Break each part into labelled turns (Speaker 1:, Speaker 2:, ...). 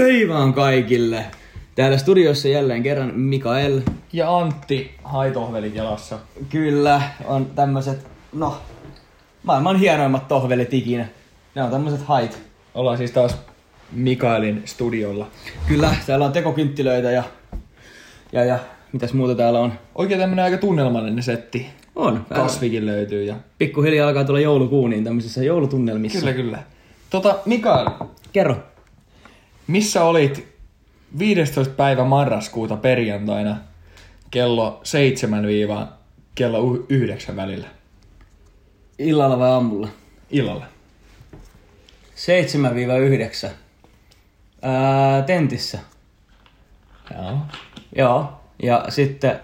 Speaker 1: Hei vaan kaikille! Täällä studiossa jälleen kerran Mikael.
Speaker 2: Ja Antti haitohveli jalassa.
Speaker 1: Kyllä, on tämmöiset, no, maailman hienoimmat tohvelit ikinä. Ne on tämmöiset hait.
Speaker 2: Ollaan siis taas Mikaelin studiolla.
Speaker 1: Kyllä, täällä on tekokynttilöitä ja, ja, ja mitäs muuta täällä on.
Speaker 2: Oikein tämmönen aika tunnelmallinen setti.
Speaker 1: On.
Speaker 2: Kasvikin löytyy ja...
Speaker 1: Pikkuhiljaa alkaa tulla joulukuuniin tämmöisissä joulutunnelmissa.
Speaker 2: Kyllä, kyllä. Tota, Mikael,
Speaker 1: Kerro.
Speaker 2: missä olit 15. päivä marraskuuta perjantaina kello 7- kello u- 9 välillä
Speaker 1: Illalla vai aamulla?
Speaker 2: illalla?
Speaker 1: 7-9. Ää, tentissä.
Speaker 2: Joo.
Speaker 1: Joo, ja sitten...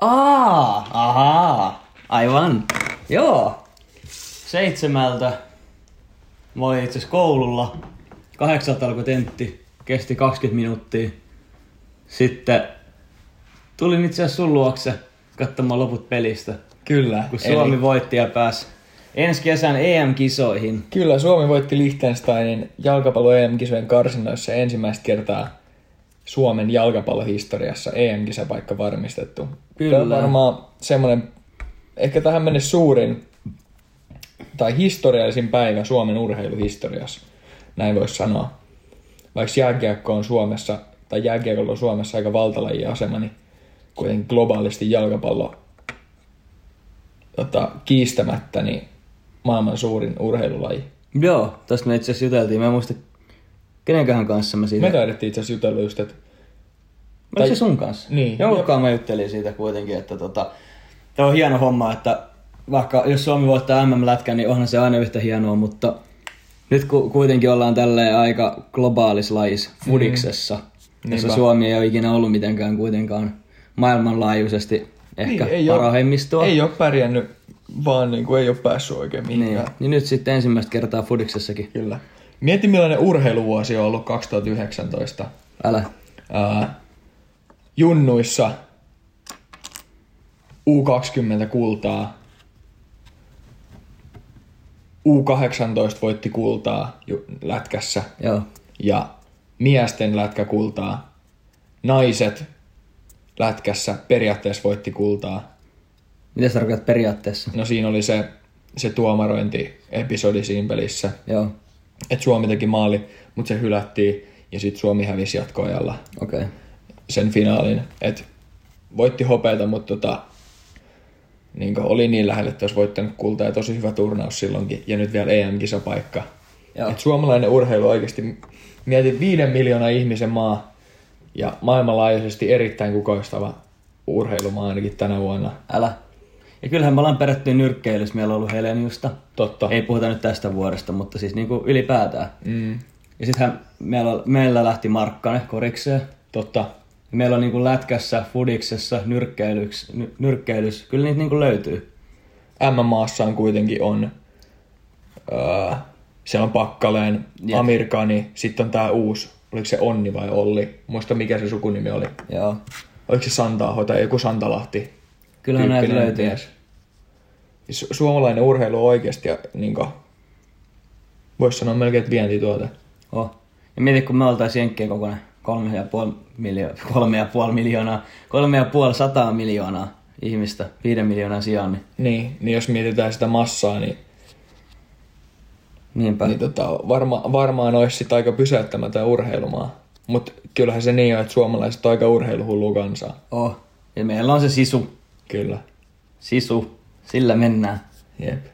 Speaker 1: Aa, ahaa, aivan. Joo. Seitsemältä. Mä olin itse asiassa koululla. Kahdeksalta alkoi tentti. Kesti 20 minuuttia. Sitten tulin itse asiassa sun luokse katsomaan loput pelistä.
Speaker 2: Kyllä.
Speaker 1: Kun
Speaker 2: Eli-
Speaker 1: Suomi voitti ja pääsi ensi kesän E EM-kisoihin.
Speaker 2: Kyllä, Suomi voitti Liechtensteinin jalkapallo EM-kisojen karsinnoissa ensimmäistä kertaa Suomen jalkapallohistoriassa EM-kisapaikka varmistettu.
Speaker 1: Kyllä.
Speaker 2: Tämä on varmaan semmoinen, ehkä tähän mennessä suurin tai historiallisin päivä Suomen urheiluhistoriassa, näin voisi sanoa. Vaikka jääkiekko on Suomessa, tai jääkiekolla on Suomessa aika valtalajia asema, niin kuitenkin globaalisti jalkapallo tota, kiistämättä niin maailman suurin urheilulaji.
Speaker 1: Joo, tästä me itse asiassa juteltiin. Mä en muista kenenköhän kanssa mä siitä
Speaker 2: Me taidettiin itse asiassa jutella just, että
Speaker 1: Oliko se sun kanssa?
Speaker 2: Niin.
Speaker 1: Joulukaan mä juttelin siitä kuitenkin, että tota, tämä on hieno homma, että vaikka jos Suomi voittaa MM-lätkän, niin onhan se aina yhtä hienoa, mutta nyt ku, kuitenkin ollaan tälleen aika globaalis lajis fudiksessa, mm. jossa
Speaker 2: Niinpä.
Speaker 1: Suomi ei ole ikinä ollut mitenkään kuitenkaan maailmanlaajuisesti ehkä
Speaker 2: ei
Speaker 1: niin, parhaimmistoa.
Speaker 2: ole, ei ole pärjännyt, vaan niin kuin ei ole päässyt oikein mihinkään.
Speaker 1: niin. niin nyt sitten ensimmäistä kertaa fudiksessakin.
Speaker 2: Kyllä. Mieti millainen urheiluvuosi on ollut 2019.
Speaker 1: Älä.
Speaker 2: Ää, junnuissa U20 kultaa. U18 voitti kultaa ju- lätkässä.
Speaker 1: Joo.
Speaker 2: ja miesten lätkä kultaa. Naiset lätkässä periaatteessa voitti kultaa.
Speaker 1: Mitä sä tarkoitat periaatteessa?
Speaker 2: No siinä oli se, se tuomarointiepisodi siinä pelissä,
Speaker 1: Joo.
Speaker 2: että Suomi teki maali, mutta se hylättiin ja sitten Suomi hävisi jatkoajalla
Speaker 1: Okei. Okay.
Speaker 2: sen finaalin. Et voitti hopeita, mutta tota, niin oli niin lähellä, että olisi voittanut kultaa ja tosi hyvä turnaus silloinkin. Ja nyt vielä EM-kisapaikka.
Speaker 1: Joo.
Speaker 2: Et suomalainen urheilu oikeasti, mietin viiden miljoonaa ihmisen maa ja maailmanlaajuisesti erittäin kukoistava urheilumaa ainakin tänä vuonna.
Speaker 1: Älä. Ja kyllähän me ollaan perätty nyrkkeilyssä, meillä on ollut Heleniusta.
Speaker 2: Totta.
Speaker 1: Ei puhuta nyt tästä vuodesta, mutta siis niinku ylipäätään.
Speaker 2: Mm,
Speaker 1: Ja sittenhän meillä, meillä lähti Markkanen korikseen.
Speaker 2: totta.
Speaker 1: Ja Meillä on niinku lätkässä, fudiksessa, nyrkkeilyks- ny- nyrkkeilyssä. Kyllä niitä niinku löytyy.
Speaker 2: MM-maassaan kuitenkin on, öö, siellä on Pakkaleen,
Speaker 1: Jep.
Speaker 2: Amirkani, sitten on tää uusi, oliko se Onni vai Olli, muista mikä se sukunimi oli.
Speaker 1: Joo.
Speaker 2: Oliko se Santaaho tai joku Santalahti?
Speaker 1: Kyllähän näitä
Speaker 2: tyyppinen
Speaker 1: löytyy.
Speaker 2: mies. Su- suomalainen urheilu on oikeasti, niin voisi sanoa melkein, että vientituote.
Speaker 1: Oh. Ja mieti, kun me oltaisiin jenkkien kokoinen. Kolme ja puoli, miljo- kolme ja puoli miljoonaa, kolme ja puoli sataa miljoonaa ihmistä viiden miljoonan sijaan, niin
Speaker 2: Niin, niin jos mietitään sitä massaa, niin,
Speaker 1: niinpä.
Speaker 2: niin tota, varma, varmaan olisi sit aika pysäyttämätön urheilumaa. Mutta kyllähän se niin on, että suomalaiset on aika urheiluhullu kansaa.
Speaker 1: Oh. Ja meillä on se sisu.
Speaker 2: Kyllä.
Speaker 1: Sisu. Sillä mennään.
Speaker 2: Jep.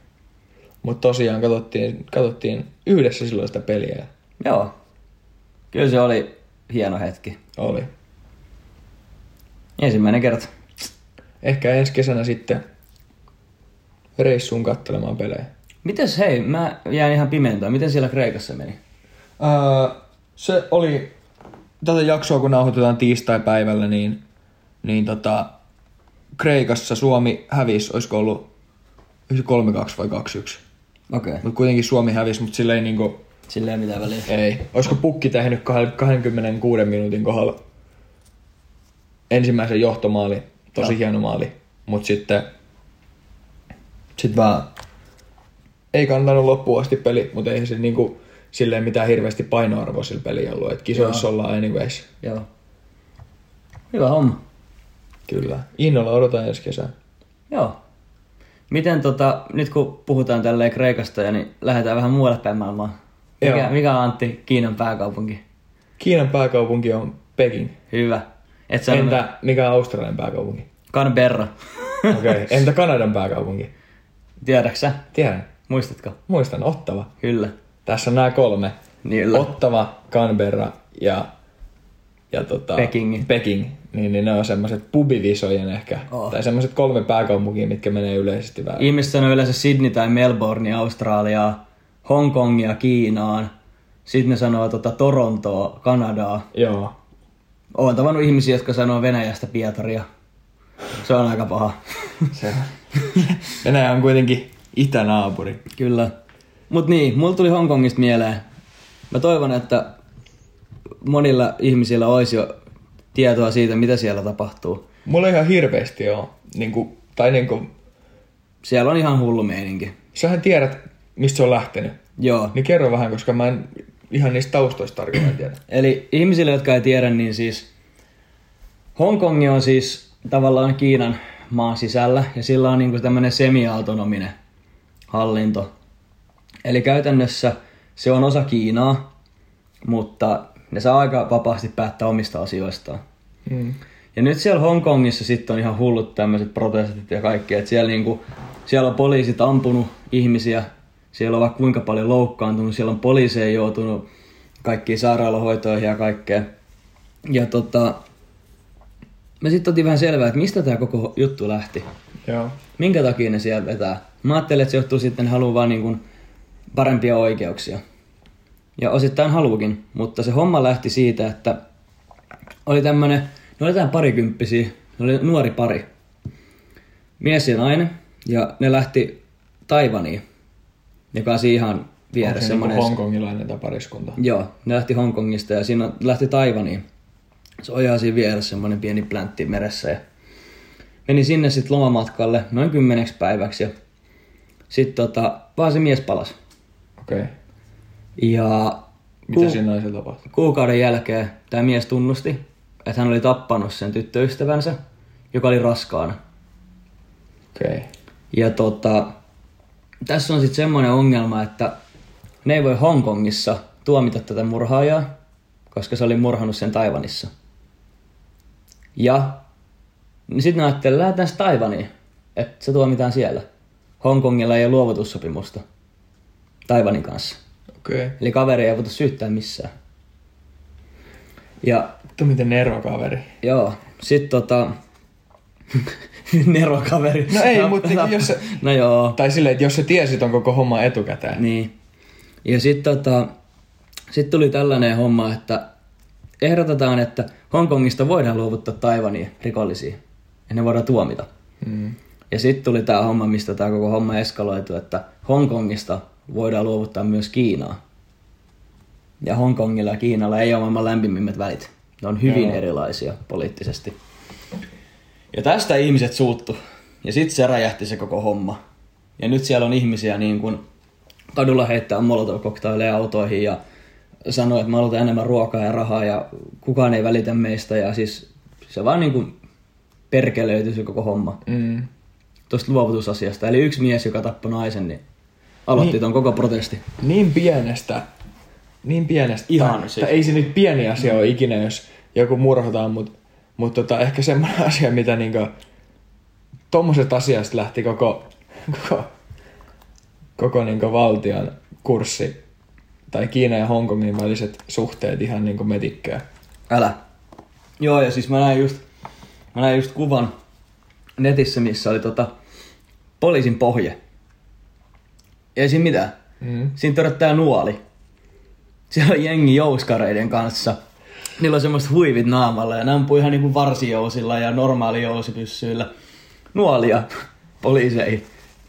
Speaker 2: Mutta tosiaan katsottiin, katsottiin yhdessä silloin sitä peliä. ja
Speaker 1: Joo. Kyllä se oli hieno hetki.
Speaker 2: Oli.
Speaker 1: Ensimmäinen kerta.
Speaker 2: Ehkä ensi kesänä sitten reissuun kattelemaan pelejä.
Speaker 1: Mites hei, mä jään ihan pimentoon. Miten siellä Kreikassa meni?
Speaker 2: Öö, se oli, tätä jaksoa kun nauhoitetaan tiistai-päivällä, niin, niin tota, Kreikassa Suomi hävisi, olisiko ollut olisiko 3-2 vai 2-1.
Speaker 1: Okei. Okay.
Speaker 2: Mutta kuitenkin Suomi hävisi, mutta sillä ei niinku,
Speaker 1: Sillä ei mitään väliä.
Speaker 2: ei. Olisiko pukki tehnyt kahden- 26 minuutin kohdalla ensimmäisen johtomaali, tosi no. hieno maali, mutta sitten sit vähän ei kantanut loppuun asti peli, mutta eihän se niinku, silleen mitään hirveästi painoarvoa sillä peliä ollut. Että kisoissa ollaan anyways.
Speaker 1: Joo. Hyvä homma.
Speaker 2: Kyllä. Innolla odotan ensi kesää.
Speaker 1: Joo. Miten tota, nyt kun puhutaan tälleen Kreikasta, ja niin lähdetään vähän muualle päin maailmaa. Mikä,
Speaker 2: Joo.
Speaker 1: mikä on Antti Kiinan pääkaupunki?
Speaker 2: Kiinan pääkaupunki on Peking.
Speaker 1: Hyvä. Et sä
Speaker 2: Entä mikä on Australian pääkaupunki?
Speaker 1: Canberra.
Speaker 2: Okei. Okay. Entä Kanadan pääkaupunki?
Speaker 1: Tiedäksä?
Speaker 2: Tiedän.
Speaker 1: Muistatko?
Speaker 2: Muistan. Ottava.
Speaker 1: Kyllä. Niin,
Speaker 2: Tässä on nämä kolme.
Speaker 1: Niillä.
Speaker 2: Ottava, Canberra ja, ja tota,
Speaker 1: Peking.
Speaker 2: Peking. Niin, niin ne on semmoiset pubivisojen ehkä.
Speaker 1: Oh.
Speaker 2: Oh. Tai semmoiset kolme pääkaupunkia, mitkä menee yleisesti väärin.
Speaker 1: Ihmiset sanoo yleensä Sydney tai Melbourne Australiaa, Hongkongia Kiinaan. Sitten ne sanoo tota Torontoa, Kanadaa.
Speaker 2: Joo.
Speaker 1: Oon tavannut ihmisiä, jotka sanoo Venäjästä Pietaria. Se on aika paha.
Speaker 2: Se. Venäjä on kuitenkin itänaapuri.
Speaker 1: Kyllä. Mut niin, mulla tuli Hongkongista mieleen. Mä toivon, että monilla ihmisillä olisi jo tietoa siitä, mitä siellä tapahtuu.
Speaker 2: Mulla ei ihan hirveästi oo. Niinku, tai niinku,
Speaker 1: Siellä on ihan hullu meininki.
Speaker 2: sähän tiedät, mistä se on lähtenyt.
Speaker 1: Joo.
Speaker 2: Niin kerro vähän, koska mä en ihan niistä taustoista tarkemmin tiedä.
Speaker 1: Eli ihmisille, jotka ei tiedä, niin siis Hongkong on siis tavallaan Kiinan maan sisällä ja sillä on niinku tämmöinen semiautonominen hallinto. Eli käytännössä se on osa Kiinaa, mutta ne saa aika vapaasti päättää omista asioistaan.
Speaker 2: Mm.
Speaker 1: Ja nyt siellä Hongkongissa sitten on ihan hullut tämmöiset protestit ja kaikki. Et siellä, niinku, siellä on poliisit ampunut ihmisiä, siellä on vaikka kuinka paljon loukkaantunut, siellä on poliiseja joutunut kaikkiin sairaalahoitoihin ja kaikkea. Ja tota, me sitten otin vähän selvää, että mistä tämä koko juttu lähti.
Speaker 2: Joo.
Speaker 1: Minkä takia ne siellä vetää? Mä ajattelin, että se johtuu sitten, ne haluaa vaan niin kuin parempia oikeuksia. Ja osittain haluukin, mutta se homma lähti siitä, että oli tämmönen, ne oli jotain parikymppisiä, ne oli nuori pari. Mies ja nainen, ja ne lähti Taivaniin, joka on siinä ihan
Speaker 2: Onko
Speaker 1: vieressä.
Speaker 2: se niinku
Speaker 1: semmonen-
Speaker 2: hongkongilainen tämä pariskunta?
Speaker 1: Joo, ne lähti Hongkongista ja siinä on- lähti Taivaniin. Se on ihan siinä vieressä semmoinen pieni pläntti meressä. Ja meni sinne sitten lomamatkalle noin kymmeneksi päiväksi ja sitten tota, vaan se mies palasi.
Speaker 2: Okei. Okay.
Speaker 1: Ja
Speaker 2: Mitä uh. siinä naisella tapahtui?
Speaker 1: kuukauden jälkeen tämä mies tunnusti, että hän oli tappanut sen tyttöystävänsä, joka oli raskaana.
Speaker 2: Okei. Okay.
Speaker 1: Ja tota, tässä on sitten semmoinen ongelma, että ne ei voi Hongkongissa tuomita tätä murhaajaa, koska se oli murhannut sen Taivanissa. Ja niin sitten ne ajattelee, lähdetään Taivaniin, että se tuomitaan siellä. Hongkongilla ei ole luovutussopimusta Taivanin kanssa.
Speaker 2: Okei. Okay.
Speaker 1: Eli kaveri ei voitu syyttää missään. Ja
Speaker 2: Vittu miten nero kaveri.
Speaker 1: Joo, sit tota... Nero kaveri.
Speaker 2: No ei, mut niinku jos se-
Speaker 1: No joo,
Speaker 2: Tai silleen, että jos sä tiesit on koko homma etukäteen.
Speaker 1: niin. Ja sit tota... Sit tuli tällainen homma, että ehdotetaan, että Hongkongista voidaan luovuttaa Taivaniin rikollisia. Ja ne voidaan tuomita.
Speaker 2: Mm.
Speaker 1: Ja sitten tuli tämä homma, mistä tämä koko homma eskaloitu, että Hongkongista voidaan luovuttaa myös Kiinaa. Ja Hongkongilla ja Kiinalla ei ole maailman lämpimimmät välit. Ne on hyvin Joo. erilaisia poliittisesti. Ja tästä ihmiset suuttu. Ja sitten se räjähti se koko homma. Ja nyt siellä on ihmisiä niin kuin kadulla heittää molotov-koktaileja autoihin ja sanoo, että me halutaan enemmän ruokaa ja rahaa ja kukaan ei välitä meistä. Ja siis se vaan niin kuin perkelöity se koko homma
Speaker 2: Mm.
Speaker 1: tuosta luovutusasiasta. Eli yksi mies, joka tappoi naisen, niin aloitti niin. ton koko protesti.
Speaker 2: Niin pienestä. Niin pienestä.
Speaker 1: Ihan
Speaker 2: tai,
Speaker 1: siis.
Speaker 2: tai ei se nyt pieni asia ole ikinä, jos joku murhataan, mutta mut tota, ehkä semmoinen asia, mitä niinku... Tommoset asiasta lähti koko, koko, koko niinku valtion kurssi tai Kiinan ja Hongkongin väliset suhteet ihan niinku metikkää.
Speaker 1: Älä. Joo, ja siis mä näin just, mä näin just kuvan netissä, missä oli tota poliisin pohje. Ei siinä mitään.
Speaker 2: Mm.
Speaker 1: Siinä töröttää nuoli. Siellä on jengi jouskareiden kanssa. Niillä on semmoiset huivit naamalla ja ne ampuu ihan niinku varsijousilla ja normaali jousipyssyillä. Nuolia poliiseihin.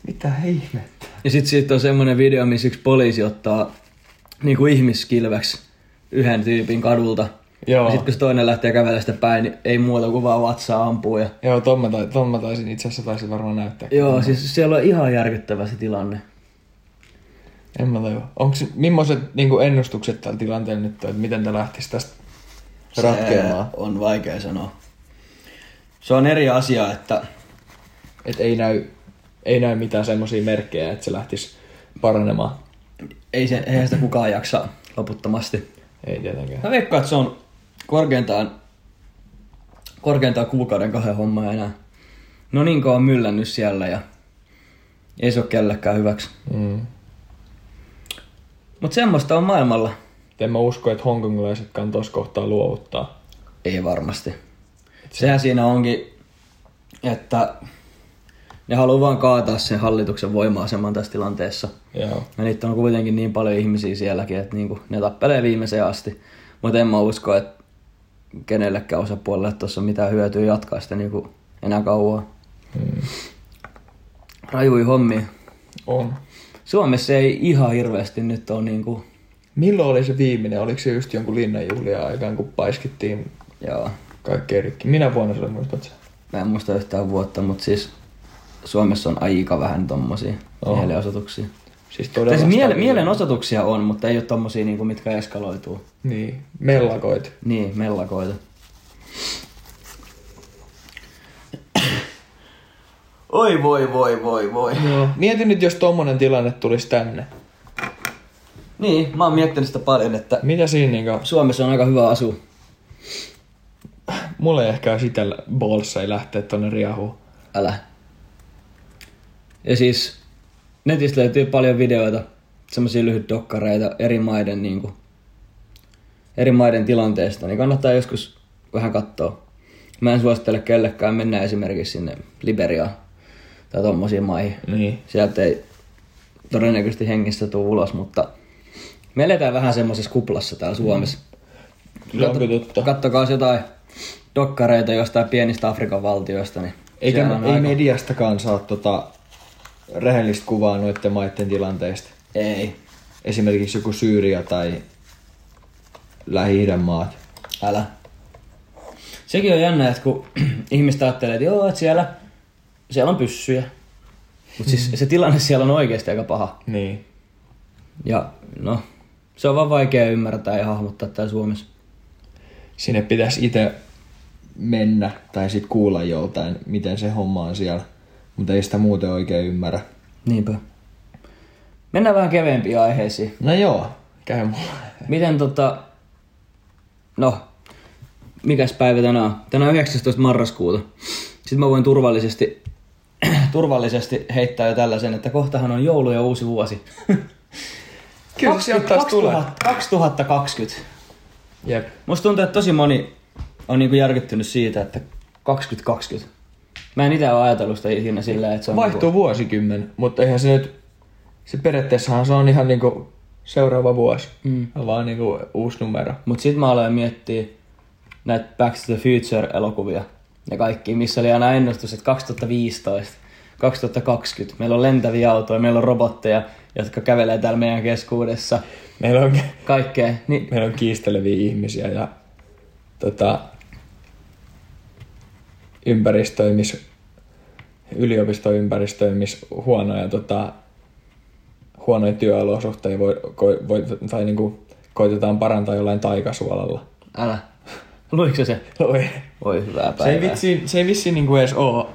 Speaker 2: Mitä ihmettä?
Speaker 1: Ja sit siitä on semmonen video, missä yksi poliisi ottaa niinku ihmiskilväksi yhden tyypin kadulta.
Speaker 2: Joo.
Speaker 1: Ja sit kun se toinen lähtee kävelemään sitä päin, niin ei muuta kuin vaan vatsaa ampuu. Ja...
Speaker 2: Joo, ton mä, tais- ton mä taisin itse asiassa taisin varmaan näyttää.
Speaker 1: Joo, siis siellä on ihan järkyttävä se tilanne.
Speaker 2: En mä tajua. Onko millaiset niin ennustukset tällä tilanteella nyt on, että miten tämä lähtisi tästä ratkeamaan?
Speaker 1: Se on vaikea sanoa. Se on eri asia, että
Speaker 2: Että ei näy, ei näy mitään semmoisia merkkejä, että se lähtisi paranemaan.
Speaker 1: ei se, eihän sitä kukaan jaksa loputtomasti.
Speaker 2: Ei tietenkään.
Speaker 1: Mä veikkaan, että se on korkeintaan, korkeintaan kuukauden kahden hommaa enää. No niin on myllännyt siellä ja ei se ole kellekään hyväksi.
Speaker 2: Mm.
Speaker 1: Mutta semmoista on maailmalla.
Speaker 2: En mä usko, että hongkongilaisetkaan tuossa kohtaa luovuttaa.
Speaker 1: Ei varmasti. Sehän siinä onkin, että ne haluaa vaan kaataa sen hallituksen voima-aseman tässä tilanteessa.
Speaker 2: Joo.
Speaker 1: Ja niitä on kuitenkin niin paljon ihmisiä sielläkin, että niinku ne tappelee viimeiseen asti. Mutta en mä usko, että kenellekään osapuolelle tuossa on mitään hyötyä jatkaa sitä niinku enää kauan. Hmm. Rajui hommi.
Speaker 2: On.
Speaker 1: Suomessa ei ihan hirveästi nyt ole niinku,
Speaker 2: Milloin oli se viimeinen? Oliko se just jonkun linnanjuhlia aikaan, kun paiskittiin
Speaker 1: joo,
Speaker 2: kaikkea rikki? Minä vuonna se oli, muistat sen?
Speaker 1: mä en muista yhtään vuotta, mutta siis Suomessa on aika vähän tommosia
Speaker 2: Oho.
Speaker 1: mielenosoituksia.
Speaker 2: Siis
Speaker 1: Tai
Speaker 2: todella...
Speaker 1: siis miele-
Speaker 2: stabiili.
Speaker 1: mielenosoituksia on, mutta ei ole tommosia, niinku, mitkä eskaloituu.
Speaker 2: Niin, mellakoit.
Speaker 1: Niin, mellakoita. Oi voi voi voi voi.
Speaker 2: Joo. Mieti nyt, jos tommonen tilanne tulisi tänne.
Speaker 1: Niin, mä oon miettinyt sitä paljon, että
Speaker 2: Mitä siinä niinku...
Speaker 1: Suomessa on aika hyvä asu.
Speaker 2: Mulla ei ehkä olisi itellä bolssa ei lähteä tonne riahuun.
Speaker 1: Älä. Ja siis netistä löytyy paljon videoita, semmosia lyhytdokkareita eri maiden niinku, eri maiden tilanteesta, niin kannattaa joskus vähän katsoa. Mä en suosittele kellekään mennä esimerkiksi sinne Liberiaan tai tommosiin maihin.
Speaker 2: Niin.
Speaker 1: sieltä ei todennäköisesti hengistä tule ulos, mutta me eletään vähän semmoisessa kuplassa täällä Suomessa.
Speaker 2: Kyllä on kyllä totta.
Speaker 1: Kattokaa jotain dokkareita jostain pienistä Afrikan valtioista, niin
Speaker 2: Eikä,
Speaker 1: siellä on
Speaker 2: ei
Speaker 1: aika-
Speaker 2: mediastakaan saa tota rehellistä kuvaa noiden maiden tilanteista.
Speaker 1: ei,
Speaker 2: Esimerkiksi joku Syyria tai lähi maat.
Speaker 1: älä. Sekin on jännä, että kun ihmiset ajattelee, että joo, että siellä, siellä on pyssyjä. Mutta siis se tilanne siellä on oikeasti aika paha.
Speaker 2: Niin.
Speaker 1: Ja no, se on vaan vaikea ymmärtää ja hahmottaa täällä Suomessa.
Speaker 2: Sinne pitäisi itse mennä tai sitten kuulla joltain, miten se homma on siellä. Mutta ei sitä muuten oikein ymmärrä.
Speaker 1: Niinpä. Mennään vähän keveempiin aiheisiin.
Speaker 2: No joo, käy mulla.
Speaker 1: Miten tota... No, mikäs päivä tänään on? Tänään on 19. marraskuuta. Sitten mä voin turvallisesti, turvallisesti heittää jo tällaisen, että kohtahan on joulu ja uusi vuosi.
Speaker 2: Kyllä se taas tulee.
Speaker 1: 2020.
Speaker 2: Jep.
Speaker 1: Musta tuntuu, että tosi moni on niinku järkyttynyt siitä, että 2020. Mä en itse ole ajatellut sitä ikinä sillä, että se on...
Speaker 2: Vaihtuu vuosikymmen, mutta eihän se nyt... Se periaatteessahan se on ihan niinku seuraava vuosi. Mm. Vaan niinku uusi numero.
Speaker 1: Mut sit mä aloin miettiä näitä Back to the Future-elokuvia ja kaikki, missä oli aina ennustus, että 2015, 2020, meillä on lentäviä autoja, meillä on robotteja, jotka kävelee täällä meidän keskuudessa,
Speaker 2: Meillä on,
Speaker 1: kaikkea. Niin,
Speaker 2: meillä on kiisteleviä ihmisiä ja tota, ympäristöä, missä yliopistoympäristöä, missä huonoja, tota, huonoja työolosuhteita voi, ko, voi, tai niinku, koitetaan parantaa jollain taikasuolalla.
Speaker 1: älä. Luikko se?
Speaker 2: Oi.
Speaker 1: Voi hyvää
Speaker 2: Se ei,
Speaker 1: päivää.
Speaker 2: vissiin, se ei vissiin niinku edes oo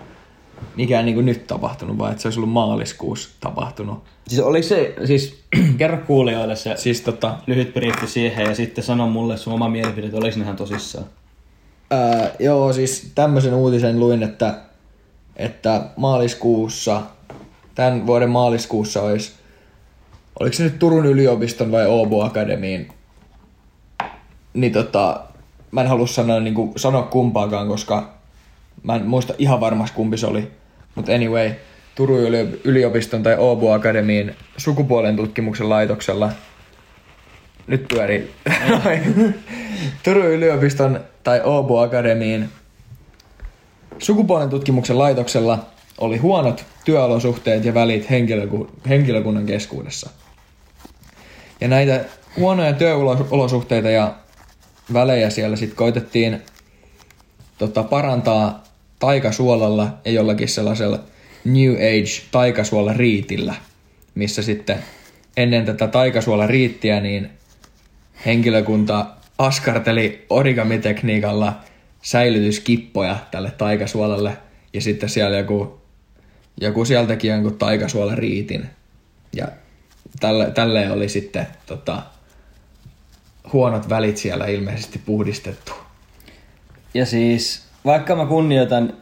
Speaker 2: mikään niinku nyt tapahtunut, vaan että se olisi ollut maaliskuussa tapahtunut.
Speaker 1: Siis oli se, siis kerro kuulijoille se
Speaker 2: Siis tota,
Speaker 1: lyhyt briefti siihen ja sitten sano mulle sun oma mielipide, että oliko nehän tosissaan.
Speaker 2: Öö, joo, siis tämmöisen uutisen luin, että, että maaliskuussa, tämän vuoden maaliskuussa olisi, oliko se nyt Turun yliopiston vai Åbo Akademiin, niin tota, mä en halua sanoa, niin kuin, sanoa kumpaakaan, koska mä en muista ihan varmasti kumpi se oli, mutta anyway, Turun yli- yliopiston tai Åbo Akademiin sukupuolen tutkimuksen laitoksella nyt pyörii. Turun yliopiston tai Åbo Akademiin sukupuolen tutkimuksen laitoksella oli huonot työolosuhteet ja välit henkilöku- henkilökunnan keskuudessa. Ja näitä huonoja työolosuhteita ja välejä siellä sitten koitettiin tota, parantaa taikasuolalla ja jollakin sellaisella New Age taikasuola riitillä, missä sitten ennen tätä taikasuola riittiä, niin henkilökunta askarteli origamitekniikalla säilytyskippoja tälle taikasuolalle. Ja sitten siellä joku, joku sieltäkin jonkun taikasuola riitin. Ja tälle, tälle oli sitten tota, huonot välit siellä ilmeisesti puhdistettu.
Speaker 1: Ja siis, vaikka mä kunnioitan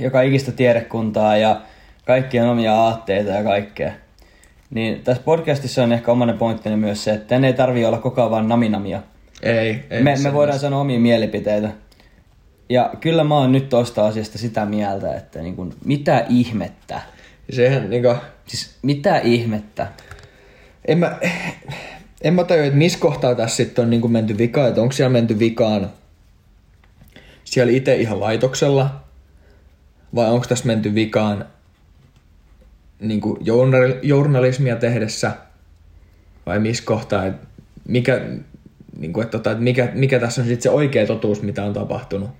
Speaker 1: joka ikistä tiedekuntaa ja kaikkien omia aatteita ja kaikkea, niin tässä podcastissa on ehkä omana pointtina myös se, että tänne ei tarvi olla koko ajan vaan naminamia.
Speaker 2: Ei, ei
Speaker 1: Me, me
Speaker 2: missään
Speaker 1: voidaan sanoa omia mielipiteitä. Ja kyllä mä oon nyt tosta asiasta sitä mieltä, että niin kun, mitä ihmettä.
Speaker 2: Sehän niinku,
Speaker 1: Siis mitä ihmettä.
Speaker 2: en mä, en mä tajua, että missä kohtaa tässä sitten on niinku menty vikaan, että onko siellä menty vikaan siellä itse ihan laitoksella, vai onko tässä menty vikaan niinku journal, journalismia tehdessä, vai missä kohtaa, että mikä, niinku, että tota, että mikä, mikä tässä on sitten se oikea totuus, mitä on tapahtunut.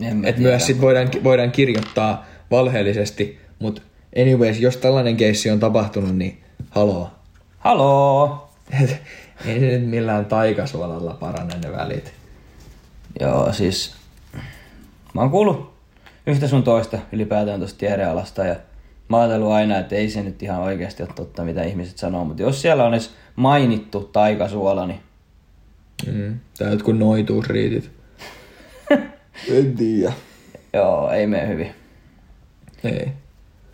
Speaker 1: En mä
Speaker 2: Et
Speaker 1: tiedä.
Speaker 2: myös sit voidaan, voidaan kirjoittaa valheellisesti, mutta anyways, jos tällainen keissi on tapahtunut, niin haloo.
Speaker 1: Haloo!
Speaker 2: Et, ei se nyt millään taikasuolalla parane ne välit.
Speaker 1: Joo, siis mä oon kuullut yhtä sun toista ylipäätään tuosta tiedealasta ja mä oon ajatellut aina, että ei se nyt ihan oikeasti ole totta, mitä ihmiset sanoo, mutta jos siellä on edes mainittu taikasuola, niin
Speaker 2: Mm. Tai jotkut noituusriitit. en tiedä.
Speaker 1: joo, ei mene hyvin.
Speaker 2: Ei.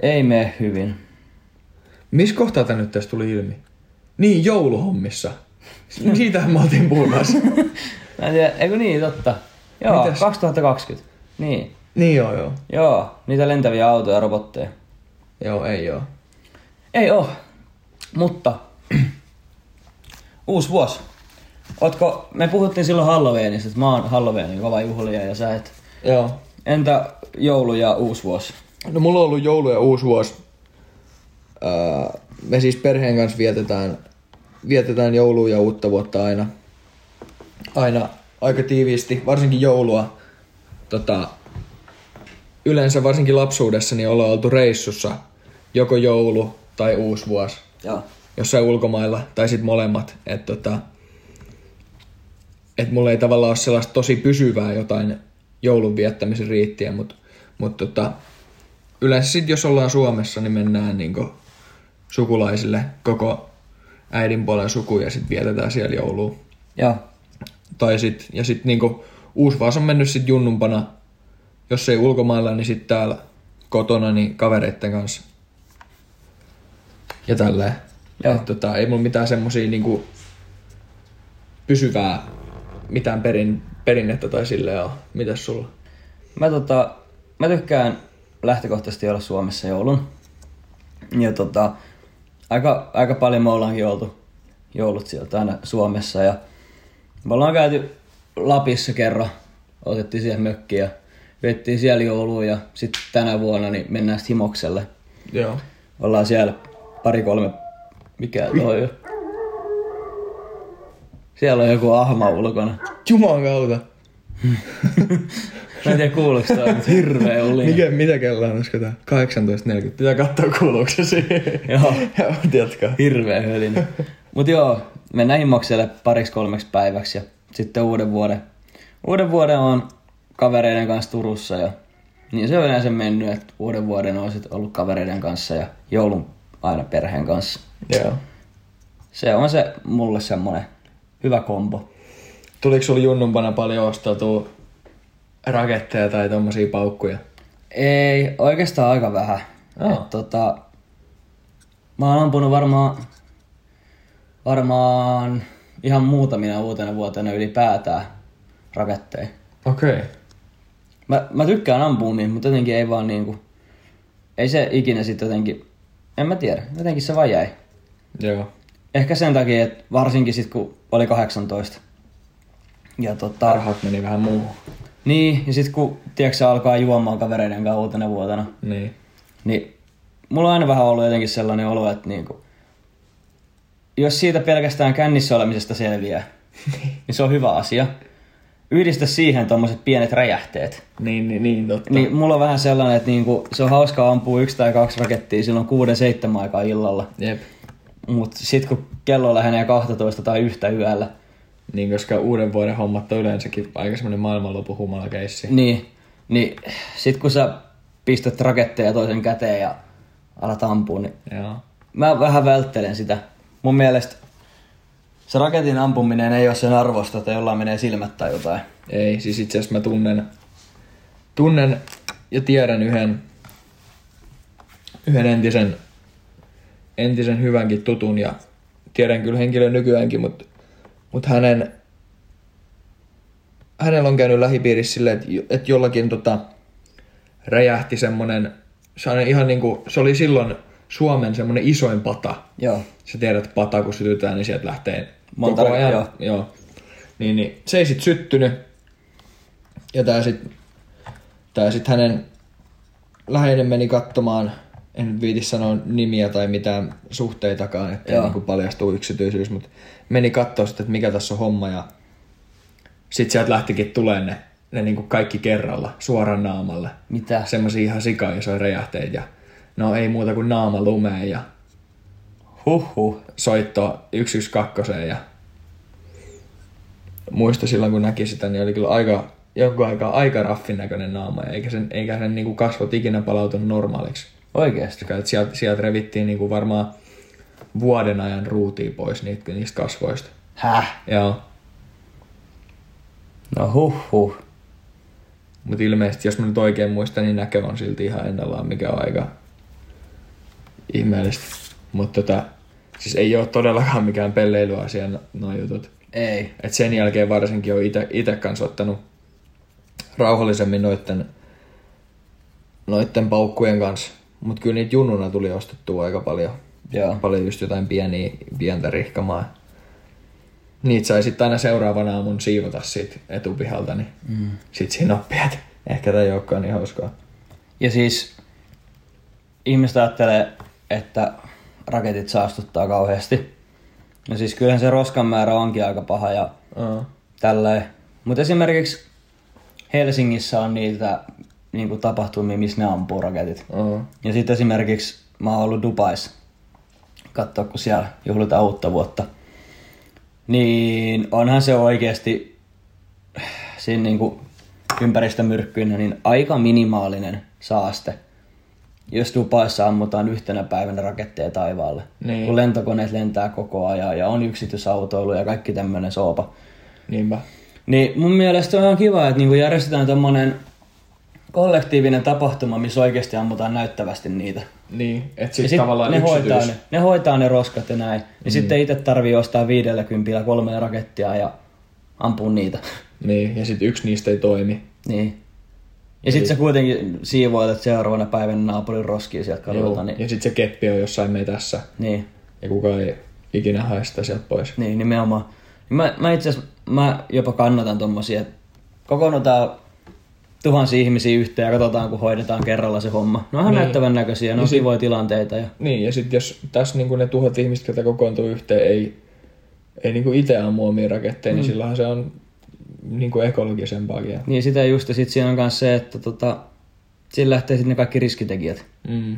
Speaker 1: Ei mene hyvin.
Speaker 2: Missä kohtaa tämä nyt tässä tuli ilmi? Niin, jouluhommissa. Siitähän mä oltiin puhumassa.
Speaker 1: Mä en tiedä, eikö niin, totta. Joo,
Speaker 2: Mitäs?
Speaker 1: 2020. Niin,
Speaker 2: niin joo joo.
Speaker 1: joo, niitä lentäviä autoja ja robotteja.
Speaker 2: Joo, ei joo.
Speaker 1: Ei oo, mutta uusi vuosi. Ootko, me puhuttiin silloin Halloweenista, että mä oon Halloweenin kova juhlija ja sä et.
Speaker 2: Joo.
Speaker 1: Entä joulu ja uusi vuosi?
Speaker 2: No mulla on ollut joulu ja uusi vuosi. Öö, me siis perheen kanssa vietetään, vietetään joulua ja uutta vuotta aina. Aina aika tiiviisti, varsinkin joulua. Tota, yleensä varsinkin lapsuudessa niin ollaan oltu reissussa joko joulu tai uusi vuosi
Speaker 1: Joo.
Speaker 2: jossain ulkomailla, tai sitten molemmat. Että tota, et mulla ei tavallaan ole sellaista tosi pysyvää jotain joulun viettämisen riittiä, mutta mut tota, yleensä sit, jos ollaan Suomessa, niin mennään niinku sukulaisille koko äidin puolen suku ja sitten vietetään siellä joulua.
Speaker 1: Joo.
Speaker 2: Tai sit, ja sitten niinku, uusi vaas on mennyt sit junnumpana, jos ei ulkomailla, niin sitten täällä kotona niin kavereitten kanssa. Ja tälleen.
Speaker 1: Joo.
Speaker 2: Et, tota, ei mulla mitään semmosia niinku, pysyvää mitään perin, perinnettä tai silleen ole. Mitäs sulla?
Speaker 1: Mä, tota, mä tykkään lähtökohtaisesti olla Suomessa joulun. Ja tota, aika, aika paljon me ollaankin oltu joulut sieltä aina Suomessa. Ja me ollaan käyty Lapissa kerran, otettiin siihen mökkiä ja vietettiin siellä joulua ja sitten tänä vuonna niin mennään sitten Himokselle.
Speaker 2: Joo.
Speaker 1: Ollaan siellä pari kolme, mikä toi on? Siellä on joku ahma ulkona.
Speaker 2: Juman kautta.
Speaker 1: Mä en tiedä kuuluuko toi, mutta hirveä ulina.
Speaker 2: Mikä, mitä kello on, olisiko tää? 18.40. Pitää katsoa kuuluuksesi.
Speaker 1: Joo.
Speaker 2: Joo, jatkaa.
Speaker 1: Hirveä hölinä. Mut joo, mennään himmokselle pariksi kolmeksi päiväksi ja sitten uuden vuoden. Uuden vuoden on kavereiden kanssa Turussa ja niin se on yleensä mennyt, että uuden vuoden on sit ollut kavereiden kanssa ja joulun aina perheen kanssa.
Speaker 2: Joo.
Speaker 1: Se on se mulle semmonen hyvä kombo.
Speaker 2: Tuliko sulla junnumpana paljon osteltua raketteja tai tommosia paukkuja?
Speaker 1: Ei, oikeastaan aika vähän.
Speaker 2: Joo.
Speaker 1: Et, tota, mä oon ampunut varmaan, varmaan ihan muutamina uutena vuotena ylipäätään raketteja.
Speaker 2: Okei. Okay.
Speaker 1: Mä, mä tykkään ampua niin, mutta jotenkin ei vaan niinku, ei se ikinä sit jotenkin, en mä tiedä, jotenkin se vaan jäi.
Speaker 2: Joo.
Speaker 1: Ehkä sen takia, että varsinkin sit kun oli 18. Ja tota,
Speaker 2: Rahat meni vähän muuhun.
Speaker 1: niin, ja sit kun, tiedätkö, sä, alkaa juomaan kavereiden kanssa uutena vuotena,
Speaker 2: Niin.
Speaker 1: niin mulla on aina vähän ollut jotenkin sellainen olo, että niinku, jos siitä pelkästään kännissä olemisesta selviää, niin se on hyvä asia. Yhdistä siihen tommoset pienet räjähteet.
Speaker 2: Niin, niin, niin totta.
Speaker 1: Niin mulla on vähän sellainen, että niinku, se on hauska ampua yksi tai kaksi rakettia silloin kuuden seitsemän aikaa illalla.
Speaker 2: Jep.
Speaker 1: Mutta sitten kun kello lähenee 12 tai yhtä yöllä,
Speaker 2: Niin, koska uuden vuoden hommat on yleensäkin aika semmoinen maailmanloppu humalakeissi.
Speaker 1: niin, niin sitten kun sä pistät raketteja toisen käteen ja alat ampua, niin
Speaker 2: Joo.
Speaker 1: mä vähän välttelen sitä. Mun mielestä se raketin ampuminen ei ole sen arvosta, että jollain menee silmät tai jotain.
Speaker 2: Ei, siis itse asiassa mä tunnen, tunnen ja tiedän yhden, yhden entisen, entisen hyvänkin tutun ja tiedän kyllä henkilön nykyäänkin, mutta mut hänen, hänellä on käynyt lähipiirissä silleen, että, jo- että jollakin tota, räjähti semmonen, semmonen ihan niinku, se oli silloin Suomen semmonen isoin pata,
Speaker 1: Joo.
Speaker 2: sä tiedät, että pataa kun sytytään, niin sieltä lähtee
Speaker 1: Monta-
Speaker 2: koko ajan.
Speaker 1: joo.
Speaker 2: joo. Niin, niin, se ei sit syttynyt. Ja tää sit, tää sit hänen läheinen meni katsomaan, en nyt viitis sanoa nimiä tai mitään suhteitakaan, että
Speaker 1: Joo.
Speaker 2: niinku paljastuu yksityisyys, mutta meni katsoa sitten, että mikä tässä on homma ja sit sieltä lähtikin tuleen ne, ne niinku kaikki kerralla suoraan naamalle
Speaker 1: Mitä?
Speaker 2: semmoisia ihan sika isoja räjähteitä ja no ei muuta kuin naama lumeen ja
Speaker 1: Huhhuh.
Speaker 2: soitto 112 ja muista silloin kun näki sitä, niin oli kyllä aika, joku aika, aika raffin näköinen naama, ja eikä sen, eikä sen niin kuin kasvot ikinä palautunut normaaliksi.
Speaker 1: Oikeesti.
Speaker 2: Koska et Sieltä, sieltä revittiin niin kuin varmaan vuoden ajan ruutiin pois niitä, niistä kasvoista.
Speaker 1: Häh?
Speaker 2: Joo.
Speaker 1: No huhhuh.
Speaker 2: Mutta ilmeisesti, jos mä nyt oikein muistan, niin näkö on silti ihan ennallaan, mikä on aika ihmeellistä. Mutta tota, siis ei ole todellakaan mikään pelleilyasia nuo jutut.
Speaker 1: Ei.
Speaker 2: Et sen jälkeen varsinkin on itse kanssa ottanut rauhallisemmin noitten, noitten paukkujen kanssa. Mutta kyllä niitä junnuna tuli ostettua aika paljon.
Speaker 1: Joo.
Speaker 2: Paljon just jotain pieniä, pientä rihkamaa. Niitä sai sitten aina seuraavana aamun siivota sit etupihalta, niin mm. sit siinä oppii, että ehkä tämä ei olekaan niin hauskaa.
Speaker 1: Ja siis ihmiset ajattelee, että raketit saastuttaa kauheasti. No siis kyllähän se roskan määrä onkin aika paha ja
Speaker 2: Uh.
Speaker 1: tälleen. Mutta esimerkiksi Helsingissä on niitä niinku tapahtumia, missä ne ampuu raketit.
Speaker 2: Uh.
Speaker 1: Ja sitten esimerkiksi mä oon ollut Dubais katsoa, kun siellä juhlitaan uutta vuotta. Niin onhan se oikeasti siinä niinku ympäristömyrkkyinä niin aika minimaalinen saaste, jos Dubaissa ammutaan yhtenä päivänä raketteja taivaalle.
Speaker 2: Niin.
Speaker 1: Kun lentokoneet lentää koko ajan ja on yksityisautoilu ja kaikki tämmöinen soopa.
Speaker 2: Niinpä.
Speaker 1: Niin mun mielestä on ihan kiva, että niinku järjestetään tommonen kollektiivinen tapahtuma, missä oikeasti ammutaan näyttävästi niitä.
Speaker 2: Niin, et
Speaker 1: Ja
Speaker 2: sit,
Speaker 1: sit
Speaker 2: tavallaan
Speaker 1: ne,
Speaker 2: yksityis... Mm.
Speaker 1: hoitaa ne, ne hoitaa ne roskat ja näin. Ja sitten itse tarvii ostaa 50 kolme rakettia ja ampua niitä.
Speaker 2: Niin, ja sit yksi niistä ei toimi.
Speaker 1: niin. Ja
Speaker 2: Niin.
Speaker 1: sitten sä kuitenkin siivoilet seuraavana päivänä naapurin roskiin sieltä kadulta. Niin,
Speaker 2: Ja sit se keppi on jossain me tässä.
Speaker 1: niin,
Speaker 2: Ja kukaan ei ikinä hae sitä sieltä pois.
Speaker 1: niin, nimenomaan. Mä, mä itse asiassa mä jopa kannatan tommosia. että Kokoonnutaan tuhansia ihmisiä yhteen ja katsotaan, kun hoidetaan kerralla se homma. No ihan niin. näyttävän näköisiä, ne on kivoja tilanteita. Ja...
Speaker 2: Niin, ja sitten jos tässä niin ne tuhat ihmistä, jotka kokoontuu yhteen, ei, ei niin itse ammu omia raketteja, mm. niin silloinhan se on niin kuin ekologisempaakin. Ja...
Speaker 1: Niin sitä just, ja sit siinä on myös se, että tota, siinä lähtee sitten ne kaikki riskitekijät.
Speaker 2: Mm.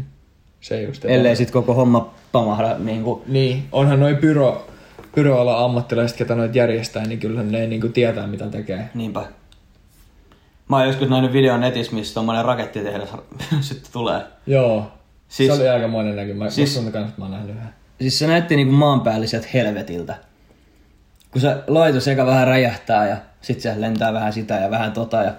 Speaker 2: Se just. että-
Speaker 1: Ellei sit koko homma pamahda niin kuin,
Speaker 2: Niin, onhan noin pyro, pyroalan ammattilaiset, ketä noit järjestää, niin kyllähän ne niin kuin tietää, mitä tekee.
Speaker 1: niinpä. Mä oon joskus nähnyt videon netissä, missä tommonen rakettitehdas sitten tulee.
Speaker 2: Joo. Siis,
Speaker 1: Siis-
Speaker 2: se oli aikamoinen näkymä. Siis,
Speaker 1: siis-
Speaker 2: mä sanon kanssa, että mä oon nähnyt yhden.
Speaker 1: Siis se näytti niinku maanpäälliseltä helvetiltä. Kun se laitos eka vähän räjähtää ja sit se lentää vähän sitä ja vähän tota ja...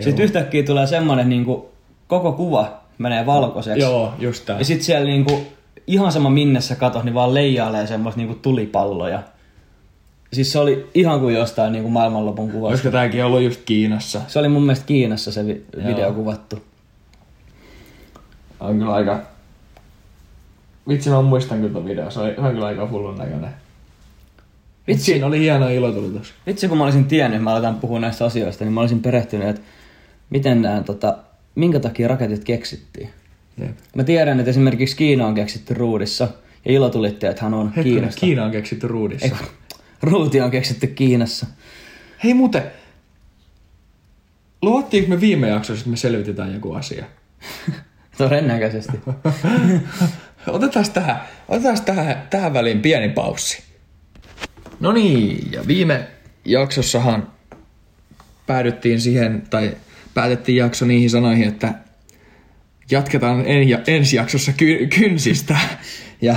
Speaker 1: Sit yhtäkkiä tulee semmonen niinku koko kuva menee valkoiseksi.
Speaker 2: Joo, just tää.
Speaker 1: Ja sit siellä niinku, ihan sama minne sä katot, niin vaan leijailee semmos niinku tulipalloja. Siis se oli ihan kuin jostain niinku maailmanlopun kuva.
Speaker 2: Olisiko tääkin ollut just Kiinassa?
Speaker 1: Se oli mun mielestä Kiinassa se vi-
Speaker 2: Joo.
Speaker 1: video kuvattu.
Speaker 2: On kyllä aika... Vitsi, mä muistan kyllä ton video. Se on, se on kyllä aika hullun näköinen. Vitsi. Siinä oli hieno ilotulitus.
Speaker 1: Vitsi kun mä olisin tiennyt, mä aletaan puhua näistä asioista, niin mä olisin perehtynyt, että miten nämä, tota, minkä takia raketit keksittiin.
Speaker 2: Jep.
Speaker 1: Mä tiedän, että esimerkiksi Kiina on keksitty ruudissa, ja ilotulitteethan on
Speaker 2: Hetkinen,
Speaker 1: Kiinasta.
Speaker 2: Kiina on keksitty ruudissa.
Speaker 1: Ei, kun Ruuti on keksitty Kiinassa.
Speaker 2: Hei muuten, luvattiinko me viime jaksossa, että me selvitetään joku asia?
Speaker 1: Todennäköisesti.
Speaker 2: Otetaan tähän, otetaan tähän, tähän väliin pieni paussi. No niin, ja viime jaksossahan päädyttiin siihen, tai päätettiin jakso niihin sanoihin, että jatketaan en, ja, ensi jaksossa ky, kynsistä. Ja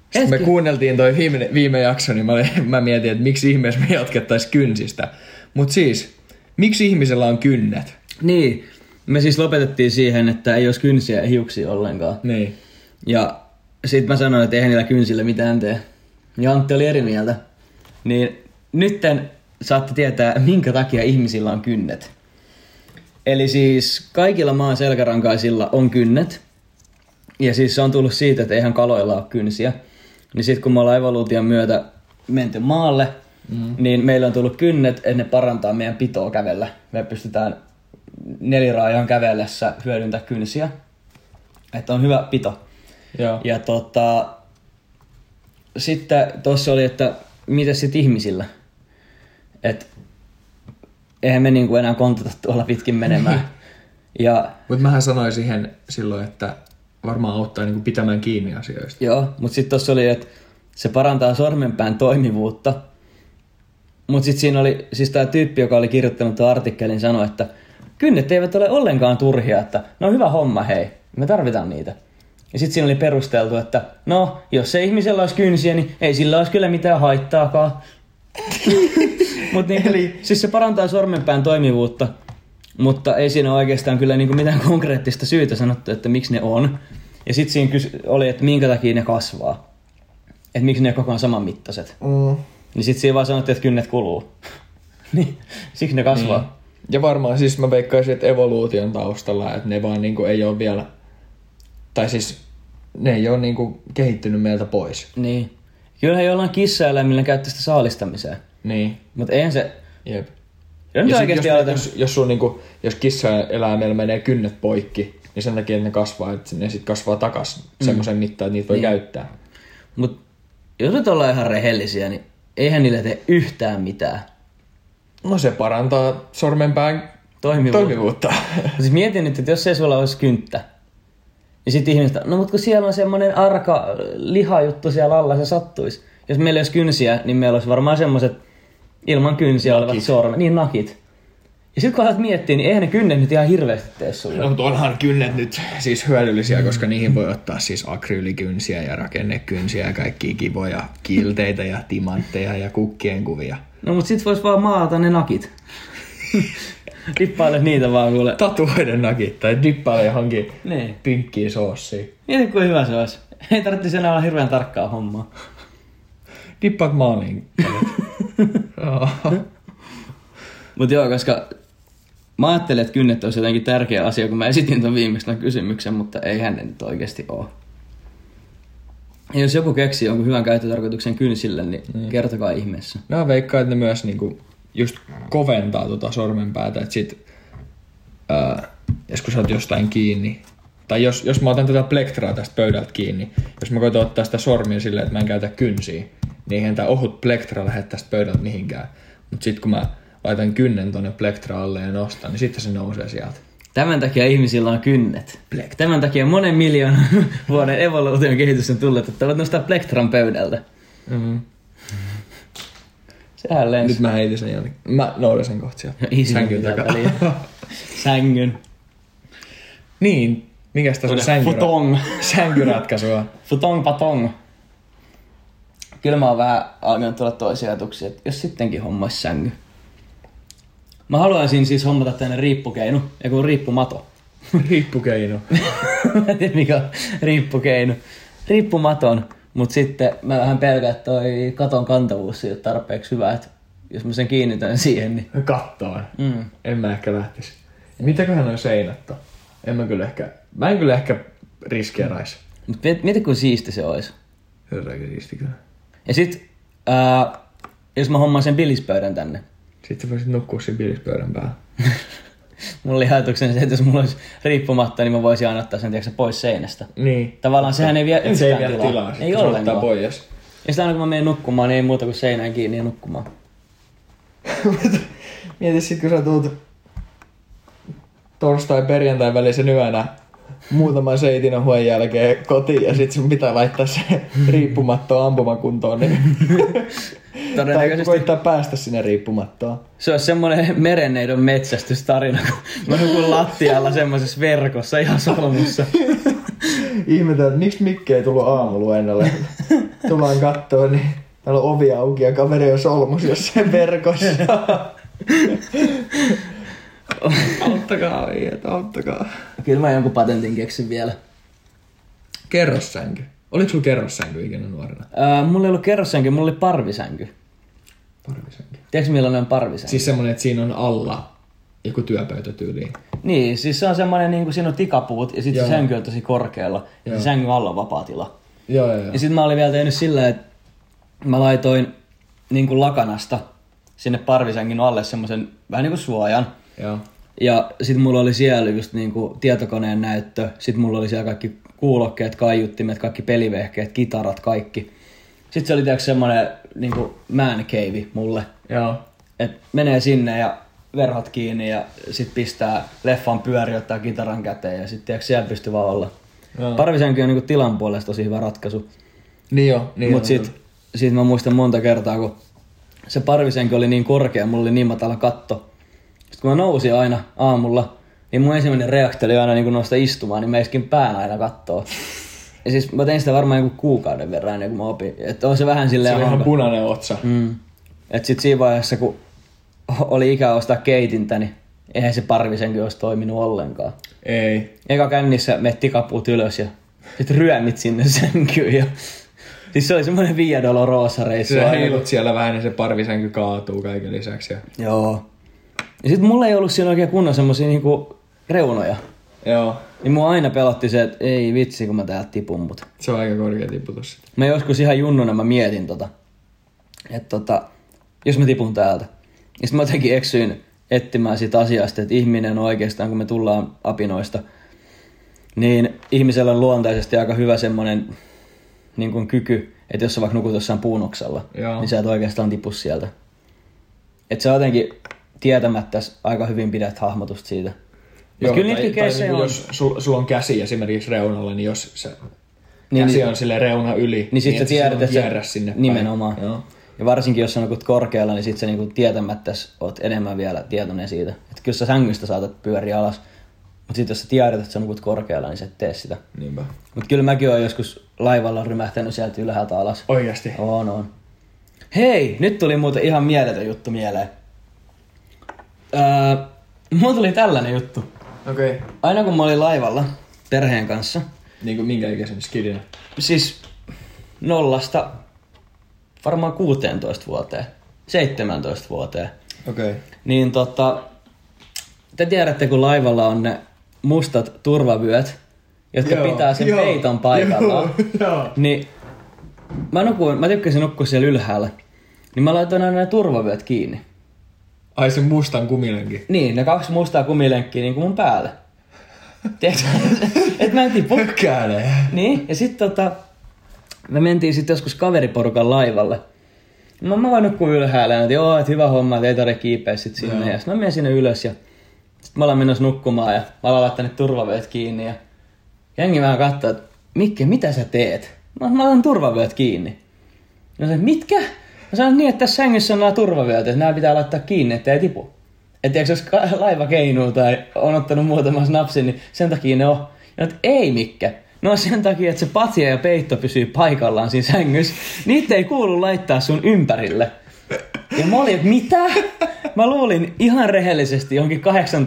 Speaker 2: sitten me
Speaker 1: Hetki.
Speaker 2: kuunneltiin toi viime, viime jakso, niin mä, olin, mä mietin, että miksi ihmeessä me jatkettaisiin kynsistä. Mutta siis, miksi ihmisellä on kynnet?
Speaker 1: Niin, me siis lopetettiin siihen, että ei olisi kynsiä ja hiuksia ollenkaan.
Speaker 2: Niin.
Speaker 1: Ja sit mä sanoin, että eihän niillä kynsillä mitään tee. Ja Antti oli eri mieltä. Niin nytten saatte tietää, minkä takia ihmisillä on kynnet. Eli siis kaikilla maan selkärankaisilla on kynnet. Ja siis se on tullut siitä, että eihän kaloilla ole kynsiä. Niin sit kun me ollaan evoluution myötä menty maalle, mm. niin meillä on tullut kynnet, että ne parantaa meidän pitoa kävellä. Me pystytään neliraajan kävellessä hyödyntää kynsiä. Että on hyvä pito.
Speaker 2: Joo.
Speaker 1: Ja tota, sitten tuossa oli, että mitä sitten ihmisillä? Et, eihän me niinku enää kontata tuolla pitkin menemään. ja
Speaker 2: Mutta mähän sanoin siihen silloin, että varmaan auttaa niinku pitämään kiinni asioista.
Speaker 1: joo, mutta sitten tuossa oli, että se parantaa sormenpään toimivuutta. Mutta sitten siinä oli, siis tämä tyyppi, joka oli kirjoittanut tuon artikkelin, sanoi, että kynnet eivät ole ollenkaan turhia, että no hyvä homma hei, me tarvitaan niitä. Ja sitten siinä oli perusteltu, että no, jos se ihmisellä olisi kynsiä, niin ei sillä olisi kyllä mitään haittaakaan. Mut niin, Eli... siis se parantaa sormenpään toimivuutta, mutta ei siinä ole oikeastaan kyllä niinku mitään konkreettista syytä sanottu, että miksi ne on. Ja sitten siinä kysy- oli, että minkä takia ne kasvaa. Että miksi ne on koko ajan samanmittaiset.
Speaker 2: Mm.
Speaker 1: Niin sit siinä vaan sanottiin, että kynnet kuluu. niin, siksi ne kasvaa. Niin.
Speaker 2: Ja varmaan siis mä veikkaisin, että evoluution taustalla, että ne vaan niinku ei ole vielä, tai siis ne ei ole niinku kehittynyt meiltä pois.
Speaker 1: niin. Kyllähän jollain kissaeläimillä käyttää sitä saalistamiseen.
Speaker 2: Niin.
Speaker 1: Mutta eihän se...
Speaker 2: Jep.
Speaker 1: Ja nyt
Speaker 2: sit
Speaker 1: oikeasti
Speaker 2: jos,
Speaker 1: aletaan...
Speaker 2: jos, jos, sun niinku, jos kissa eläimellä menee kynnet poikki, niin sen takia, että ne kasvaa, että ne sit kasvaa takas mm. semmoisen mittaan, että niitä voi niin. käyttää.
Speaker 1: Mut jos nyt ollaan ihan rehellisiä, niin eihän niille tee yhtään mitään.
Speaker 2: No se parantaa sormenpään Niin
Speaker 1: Toimivuutta.
Speaker 2: toimivuutta.
Speaker 1: Siis mietin nyt, että jos ei sulla olisi kynttä, niin sitten ihmiset, no mutta kun siellä on semmoinen arka lihajuttu siellä alla, se sattuisi. Jos meillä olisi kynsiä, niin meillä olisi varmaan semmoiset ilman kynsiä nakit. olevat sormet, niin nakit. Ja sitten kun alat miettiä, niin eihän ne kynnet nyt ihan hirveästi tee sulle.
Speaker 2: No, mutta onhan kynnet nyt siis hyödyllisiä, koska niihin voi ottaa siis akryylikynsiä ja rakennekynsiä ja kaikkia kivoja kilteitä ja timantteja ja kukkien kuvia.
Speaker 1: No mutta sit vois vaan maalata ne nakit. Dippailet niitä vaan kuule.
Speaker 2: Tatuoiden nakit tai dippaile johonkin
Speaker 1: Niin.
Speaker 2: pinkkiin soossiin.
Speaker 1: Mieti kuin hyvä se olisi. Ei tarvitsisi enää olla hirveän tarkkaa hommaa.
Speaker 2: Dippaat maaliin. Joo.
Speaker 1: Mutta joo, koska mä ajattelin, että kynnet olisi jotenkin tärkeä asia, kun mä esitin ton viimeistään kysymyksen, mutta ei ne nyt oikeasti ole. Ja jos joku keksii jonkun hyvän käyttötarkoituksen kynsille, niin mm. kertokaa ihmeessä.
Speaker 2: Mä veikkaan, että ne myös niinku just koventaa tota sormenpäätä, että sit ää, joskus sä oot jostain kiinni. Tai jos, jos mä otan tätä plektraa tästä pöydältä kiinni, jos mä koitan ottaa sitä sormia silleen, että mä en käytä kynsiä, niin eihän tää ohut plektra lähde tästä pöydältä mihinkään. Mut sit kun mä laitan kynnen tonne plektraalle ja nostan, niin sitten se nousee sieltä.
Speaker 1: Tämän takia ihmisillä on kynnet.
Speaker 2: Plekt.
Speaker 1: Tämän takia monen miljoonan vuoden evoluution kehitys on tullut, että voit nostaa plektran pöydältä.
Speaker 2: Mm-hmm.
Speaker 1: Sehän
Speaker 2: Nyt
Speaker 1: lensi.
Speaker 2: mä heitin sen jonnekin. Mä noudan sen kohta sieltä.
Speaker 1: No
Speaker 2: Sängyn takaa.
Speaker 1: Sängyn.
Speaker 2: niin, mikäs tässä on sänkyra-
Speaker 1: Futong.
Speaker 2: sänkyratkaisua?
Speaker 1: Futong patong. Kyllä mä oon vähän alkanut tulla toisia ajatuksia, että jos sittenkin hommas sängy. Mä haluaisin siis hommata tänne riippukeinu, ja kun riippumato.
Speaker 2: Riippukeino.
Speaker 1: mä en tiedä mikä on riippukeinu. Riippumaton, mut sitten mä vähän pelkään, että toi katon kantavuus ei ole tarpeeksi hyvä, että jos mä sen kiinnitän siihen, niin...
Speaker 2: kattoon.
Speaker 1: Mm.
Speaker 2: En mä ehkä lähtisi. Mitäköhän noi seinät on? En mä kyllä ehkä, mä en kyllä ehkä riskeeraisi.
Speaker 1: Mut mieti, mieti kuin siisti se olisi.
Speaker 2: Herrankin siisti kyllä.
Speaker 1: Ja sit, ää, jos mä hommaan sen bilispöydän tänne,
Speaker 2: Sitten voisit nukkua siinä bilispöydän päällä.
Speaker 1: Mulla oli ajatuksena se, että jos mulla olisi riippumatta, niin mä voisin aina ottaa sen tiedätkö, pois seinästä.
Speaker 2: Niin.
Speaker 1: Tavallaan sehän ei vie
Speaker 2: Se ei
Speaker 1: yhtään
Speaker 2: vielä
Speaker 1: tilaa.
Speaker 2: tilaa.
Speaker 1: ei
Speaker 2: kun se ottaa
Speaker 1: ollenkaan.
Speaker 2: pois.
Speaker 1: Ja sitten aina kun mä menen nukkumaan, niin ei muuta kuin seinään kiinni ja nukkumaan.
Speaker 2: Mieti sit kun sä tuut torstai perjantai välisen yönä muutaman seitin huon jälkeen kotiin ja sit sun pitää laittaa se riippumattoon ampumakuntoon. Niin... tai
Speaker 1: Todennäköisesti
Speaker 2: koittaa päästä sinne riippumattoon.
Speaker 1: se olisi semmoinen merenneidon metsästystarina, kun mä nukun lattialla semmoisessa verkossa ihan solmussa.
Speaker 2: Ihmetän, että miksi Mikke ei tullut aamuluennolle. Tullaan kattoa, niin täällä on ovi auki ja kaveri on solmus jossain verkossa. auttakaa, viiet, auttakaa.
Speaker 1: Kyllä mä jonkun patentin keksin vielä.
Speaker 2: Kerrossänky. Oliko sulla kerrossänky ikinä nuorena?
Speaker 1: Ää, Öö, mulla ei ollut kerrossänky, mulla oli parvisänky.
Speaker 2: Parvisänky.
Speaker 1: Tiedätkö millainen on parvisänky?
Speaker 2: Siis semmonen, että siinä on alla joku työpöytä tyyliin.
Speaker 1: Niin, siis se on semmoinen, niin kuin siinä on tikapuut ja sitten
Speaker 2: Joo.
Speaker 1: se sänky on tosi korkealla. Ja se sängyn alla on vapaa tila.
Speaker 2: Joo, joo, joo.
Speaker 1: Ja sitten mä olin vielä tehnyt sillä, että mä laitoin niin kuin lakanasta sinne parvisängyn alle semmoisen vähän niin kuin suojan.
Speaker 2: joo.
Speaker 1: Ja sitten mulla oli siellä just niin kuin tietokoneen näyttö, sitten mulla oli siellä kaikki kuulokkeet, kaiuttimet, kaikki pelivehkeet, kitarat, kaikki. Sitten se oli tiiäks semmonen niin kuin man cave mulle.
Speaker 2: Joo.
Speaker 1: Et menee sinne ja verhot kiinni ja sit pistää leffan pyöri, ottaa kitaran käteen ja sitten siellä pystyy vaan olla.
Speaker 2: Joo.
Speaker 1: Parvisänky on niinku tilan puolesta tosi hyvä ratkaisu.
Speaker 2: Niin joo, niin
Speaker 1: Mut sit, sit mä muistan monta kertaa, kun se parvisenki oli niin korkea, mulla oli niin matala katto. Sitten kun mä nousin aina aamulla, niin mun ensimmäinen reaktio oli aina niin kun nousta istumaan, niin mä iskin pään aina kattoon. Ja siis mä tein sitä varmaan joku kuukauden verran ennen kuin mä opin. Että on se vähän
Speaker 2: Se
Speaker 1: silleen
Speaker 2: on ihan
Speaker 1: hanka-
Speaker 2: punainen otsa.
Speaker 1: Mm. Et sit siinä vaiheessa, kun oli ikä ostaa keitintä, niin eihän se parvisenkin olisi toiminut ollenkaan.
Speaker 2: Ei.
Speaker 1: Eka kännissä menet tikapuut ylös ja sit ryömit sinne sänkyyn ja... Siis se oli semmoinen Via Dolorosa reissu.
Speaker 2: Sä
Speaker 1: aina.
Speaker 2: heilut siellä vähän ja se parvisänky kaatuu kaiken lisäksi. Ja...
Speaker 1: Joo. Ja sit mulla ei ollut siinä oikein kunnon semmosia niinku reunoja.
Speaker 2: Joo.
Speaker 1: Niin mua aina pelotti se, että ei vitsi kun mä täältä tipun mut.
Speaker 2: Se on aika korkea tiputus. sit.
Speaker 1: Mä joskus ihan junnuna mä mietin tota, että tota, jos mä tipun täältä. Ja sit mä jotenkin eksyin etsimään siitä asiasta, että ihminen on oikeastaan, kun me tullaan apinoista, niin ihmisellä on luontaisesti aika hyvä semmoinen niin kuin kyky, että jos sä vaikka nukut jossain puunoksella,
Speaker 2: Joo.
Speaker 1: niin sä et oikeastaan tipu sieltä. Että sä jotenkin tietämättä aika hyvin pidät hahmotusta siitä. Mutta kyllä
Speaker 2: tai-
Speaker 1: niitäkin
Speaker 2: tai
Speaker 1: keissejä
Speaker 2: niinku
Speaker 1: on.
Speaker 2: Jos sul, sul on käsi esimerkiksi reunalla, niin jos se niin,
Speaker 1: Niin,
Speaker 2: käsi
Speaker 1: niin.
Speaker 2: on sille reuna yli,
Speaker 1: Niin sitten
Speaker 2: et
Speaker 1: sä tiedät,
Speaker 2: silloin
Speaker 1: että
Speaker 2: kierrä
Speaker 1: sä-
Speaker 2: sinne päin.
Speaker 1: Nimenomaan.
Speaker 2: Joo.
Speaker 1: Ja varsinkin jos sä nukut korkealla, niin sitten sä niinku tietämättä oot enemmän vielä tietoinen siitä. Että kyllä sä sängystä saatat pyöriä alas. Mutta sitten jos sä tiedät, että sä nukut korkealla, niin sä et tee sitä.
Speaker 2: Niinpä.
Speaker 1: Mutta kyllä mäkin oon joskus laivalla rymähtänyt sieltä ylhäältä alas.
Speaker 2: Oikeasti.
Speaker 1: On, on. Hei, nyt tuli muuten ihan mieletön juttu mieleen. Öö, mulla tuli tällainen juttu.
Speaker 2: Okei. Okay.
Speaker 1: Aina kun mä olin laivalla perheen kanssa,
Speaker 2: Niin kuin minkä ikäisen skidinä?
Speaker 1: siis nollasta varmaan 16 vuoteen, 17 vuoteen,
Speaker 2: Okei. Okay.
Speaker 1: niin tota, te tiedätte kun laivalla on ne mustat turvavyöt, jotka joo, pitää sen joo, peiton paikallaan.
Speaker 2: Joo.
Speaker 1: Niin mä, nukuin, mä tykkäsin nukkua siellä ylhäällä, niin mä laitoin aina ne turvavyöt kiinni.
Speaker 2: Ai sen mustan kuminenkin.
Speaker 1: Niin, ne kaksi mustaa kumilenkkiä niin kuin mun päälle. Tiedätkö? Et mä en tipu.
Speaker 2: Pökkääne.
Speaker 1: Niin, ja sitten tota, me mentiin sitten joskus kaveriporukan laivalle. Mä, mä vaan nukkuin ylhäällä ja näytin, joo, että hyvä homma, että ei tarvitse kiipeä sit sinne.
Speaker 2: Joo.
Speaker 1: Ja sitten mä menin sinne ylös ja sitten mä ollaan menossa nukkumaan ja mä ollaan laittanut turvavyöt kiinni. Ja jengi vähän katsoo, että Mikke, mitä sä teet? Mä, mä laitan turvavyöt kiinni. No se, mitkä? Mä sanoin niin, että tässä sängyssä on nämä turvavyöt, että nämä pitää laittaa kiinni, ettei tipu. Että jos ka- laiva keinuu tai on ottanut muutaman snapsin, niin sen takia ne on. Ja että ei Mikke. No sen takia, että se patja ja peitto pysyy paikallaan siinä sängyssä. Niitä ei kuulu laittaa sun ympärille. Ja mä olin, että mitä? Mä luulin ihan rehellisesti johonkin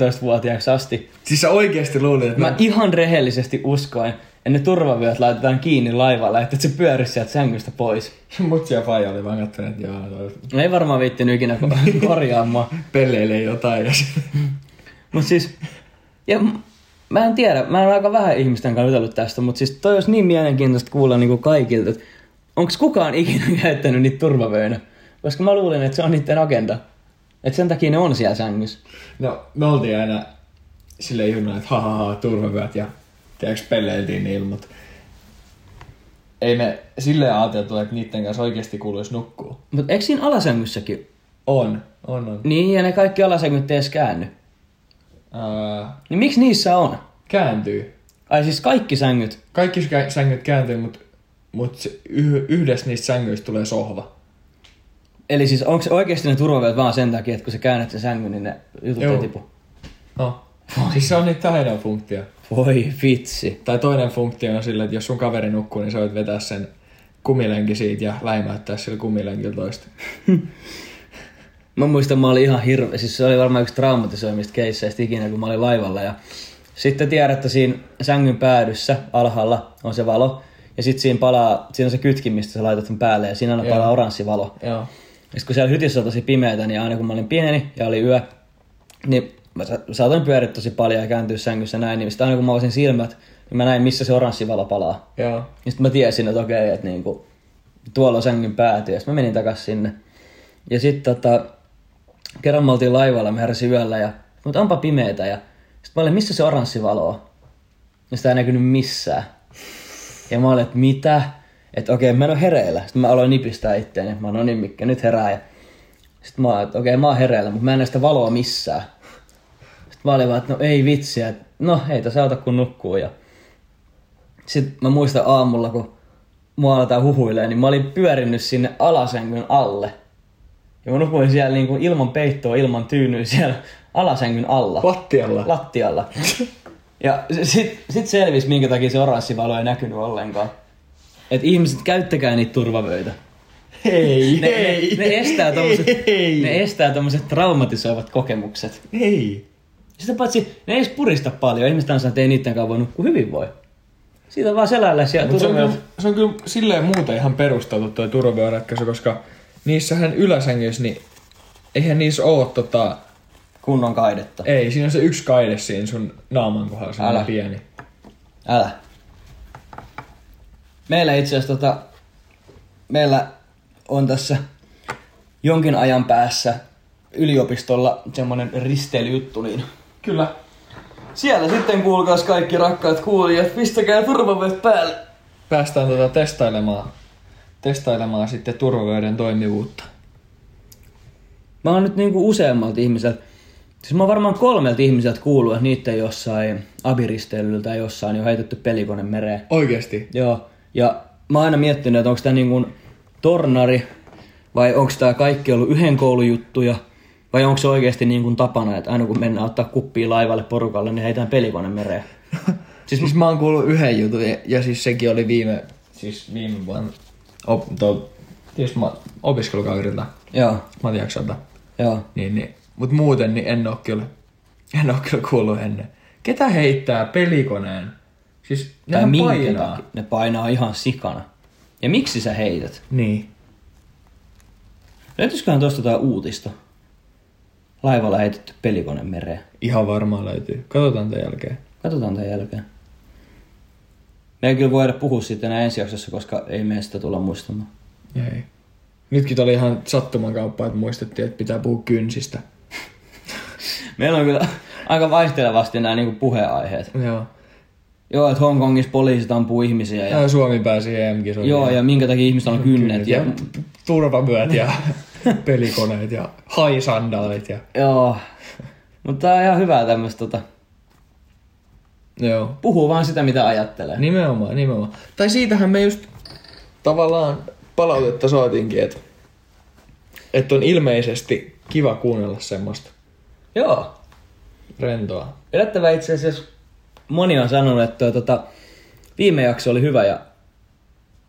Speaker 1: 18-vuotiaaksi asti.
Speaker 2: Siis sä oikeesti luulit, että...
Speaker 1: Mä ihan rehellisesti uskoin, että ne turvavyöt laitetaan kiinni laivalla, että se pyörisi sieltä sängystä pois.
Speaker 2: Mut siellä faija oli vaan kattonut, että joo, toi
Speaker 1: No ei varmaan viittinyt ikinä ko- korjaamaan.
Speaker 2: pelleilee jotain ja se...
Speaker 1: Mut siis, ja m- mä en tiedä, mä oon aika vähän ihmisten kanssa jutellut tästä, mutta siis toi olisi niin mielenkiintoista kuulla niinku kaikilta, että onko kukaan ikinä käyttänyt niitä turvavöinä? Koska mä luulen, että se on niiden agenda. Että sen takia ne on siellä sängyssä.
Speaker 2: No, me oltiin aina sille junna, että hahaha, turvavyöt ja tiedätkö, pelleiltiin niillä, mutta ei me silleen ajateltu, että niiden kanssa oikeasti kuuluisi nukkua.
Speaker 1: Mutta eikö siinä alasängyssäkin?
Speaker 2: On, on, on.
Speaker 1: Niin, ja ne kaikki alasängyt ei edes käänny.
Speaker 2: Ää,
Speaker 1: Niin miksi niissä on?
Speaker 2: kääntyy.
Speaker 1: Ai siis kaikki sängyt.
Speaker 2: Kaikki kä- sängyt kääntyy, mutta mut se yh- yhdessä niistä sängyistä tulee sohva.
Speaker 1: Eli siis onko oikeasti ne turvavyöt vaan sen takia, että kun sä käännät sen sängyn, niin ne jutut
Speaker 2: Joo.
Speaker 1: ei tipu?
Speaker 2: No. Siis se on niitä tähden funktio.
Speaker 1: Voi vitsi.
Speaker 2: Tai toinen funktio on sillä, että jos sun kaveri nukkuu, niin sä voit vetää sen kumilenki siitä ja läimäyttää sillä kumilenkillä toista.
Speaker 1: Mä muistan, mä olin ihan hirveä. Siis se oli varmaan yksi traumatisoimista keisseistä ikinä, kun mä olin laivalla. Ja sitten tiedät, että siinä sängyn päädyssä alhaalla on se valo. Ja sitten siinä palaa, siinä on se kytkin, mistä sä laitat sen päälle. Ja siinä aina
Speaker 2: Joo.
Speaker 1: palaa oranssi valo.
Speaker 2: Joo.
Speaker 1: Ja sit kun siellä hytissä on tosi pimeätä, niin aina kun mä olin pieni ja oli yö, niin mä sa- saatoin pyöriä tosi paljon ja kääntyä sängyssä näin, niin sitten aina kun mä avasin silmät, niin mä näin, missä se oranssi valo palaa.
Speaker 2: Joo.
Speaker 1: Ja sitten mä tiesin, että okei, että niinku, tuolla on sängyn pääty, ja sitten mä menin takas sinne. Ja sitten tota, kerran me oltiin laivalla, mä heräsin yöllä, ja mutta onpa pimeetä, ja sitten mä olin, missä se oranssi valo on? Ja sitä ei näkynyt missään. Ja mä olin, että mitä? Että okei, mä en ole hereillä. Sitten mä aloin nipistää itteeni. Mä oon, no niin Mikke, nyt herää. Ja... Sitten mä oon, että okei, mä oon hereillä, mutta mä en näe sitä valoa missään. Sitten mä olin vaan, että no ei vitsiä. että No ei tässä auta kun nukkuu. Ja... Sitten mä muistan aamulla, kun mua aletaan huhuilee, niin mä olin pyörinyt sinne alasängyn alle. Ja mä nukuin siellä niin kuin ilman peittoa, ilman tyynyä siellä alasängyn alla.
Speaker 2: Lattialla.
Speaker 1: Lattialla. Ja sitten sit selvisi, minkä takia se oranssi valo ei näkynyt ollenkaan. Et ihmiset, käyttäkää niitä turvavöitä.
Speaker 2: Hei,
Speaker 1: Ne, ne, ne estää tommoset,
Speaker 2: Hei.
Speaker 1: ne estää tommoset traumatisoivat kokemukset.
Speaker 2: Hei.
Speaker 1: Sitä paitsi, ne ei edes purista paljon. Ihmiset on sanonut, että ei niittenkään voi nukkua hyvin voi. Siitä vaan selällä ja
Speaker 2: Mut se, on kyllä,
Speaker 1: turvavöitä.
Speaker 2: se on kyllä silleen muuten ihan perusteltu toi turvavyöratkaisu, koska niissähän yläsängyissä, niin eihän niissä oo tota...
Speaker 1: Kunnon kaidetta.
Speaker 2: Ei, siinä on se yksi kaide siinä sun naaman kohdalla, se
Speaker 1: Älä.
Speaker 2: on pieni.
Speaker 1: Älä. Meillä itse asiassa tota, meillä on tässä jonkin ajan päässä yliopistolla semmonen risteilyjuttu, niin
Speaker 2: Kyllä.
Speaker 1: siellä sitten kuulkaas kaikki rakkaat kuulijat, pistäkää turvavyöt päälle.
Speaker 2: Päästään tota testailemaan, testailemaan sitten turvavöiden toimivuutta.
Speaker 1: Mä oon nyt niinku useammalta ihmiseltä, siis mä oon varmaan kolmelta ihmiseltä kuullut, että niitä jossain abiristeilyllä tai jossain on heitetty pelikone mereen.
Speaker 2: Oikeesti?
Speaker 1: Joo, ja mä oon aina miettinyt, että onko tämä niinku tornari vai onko tämä kaikki ollut yhden koulujuttuja vai onko se oikeasti niinku tapana, että aina kun mennään ottaa kuppia laivalle porukalle, niin heitään pelikone mereen.
Speaker 2: Siis, siis mä oon kuullut yhden jutun ja, ja siis sekin oli viime, siis viime vuonna op, to, siis mä, opiskelukaudelta
Speaker 1: Joo,
Speaker 2: Matiakselta.
Speaker 1: joo.
Speaker 2: Niin, niin. Mut muuten niin en oo kyllä, en oo kyllä kuullut ennen. Ketä heittää pelikoneen? Siis
Speaker 1: Tai
Speaker 2: nehän
Speaker 1: minkä
Speaker 2: painaa.
Speaker 1: takia? Ne painaa ihan sikana. Ja miksi sä heität?
Speaker 2: Niin.
Speaker 1: Löytyisiköhän tuosta jotain uutista? Laivalla heitetty pelikone mereen.
Speaker 2: Ihan varmaan löytyy. Katsotaan tämän jälkeen.
Speaker 1: Katsotaan tämän jälkeen. Me ei kyllä voida puhua siitä enää ensi jaksossa, koska ei meistä sitä tulla muistamaan.
Speaker 2: Ei. Nytkin tää oli ihan sattuman kauppa, että muistettiin, että pitää puhua kynsistä.
Speaker 1: Meillä on kyllä aika vaihtelevasti nämä niinku puheenaiheet.
Speaker 2: Joo.
Speaker 1: Joo, että Hongkongissa poliisit ampuu ihmisiä ja,
Speaker 2: Ja Suomi pääsi EM-kisoihin.
Speaker 1: joo, ja minkä takia ihmisillä on kynnet. Ja,
Speaker 2: ja turvamyöt ja pelikoneet ja haisandaalit ja...
Speaker 1: joo. Mutta tää on ihan hyvää tämmöstä tota,
Speaker 2: Joo.
Speaker 1: puhuu vaan sitä mitä ajattelee.
Speaker 2: Nimenomaan, nimenomaan. Tai siitähän me just tavallaan palautetta saatiinkin, että et on ilmeisesti kiva kuunnella semmoista
Speaker 1: Joo.
Speaker 2: rentoa.
Speaker 1: Yllättävää itse asiassa moni on sanonut, että toi tota, viime jakso oli hyvä ja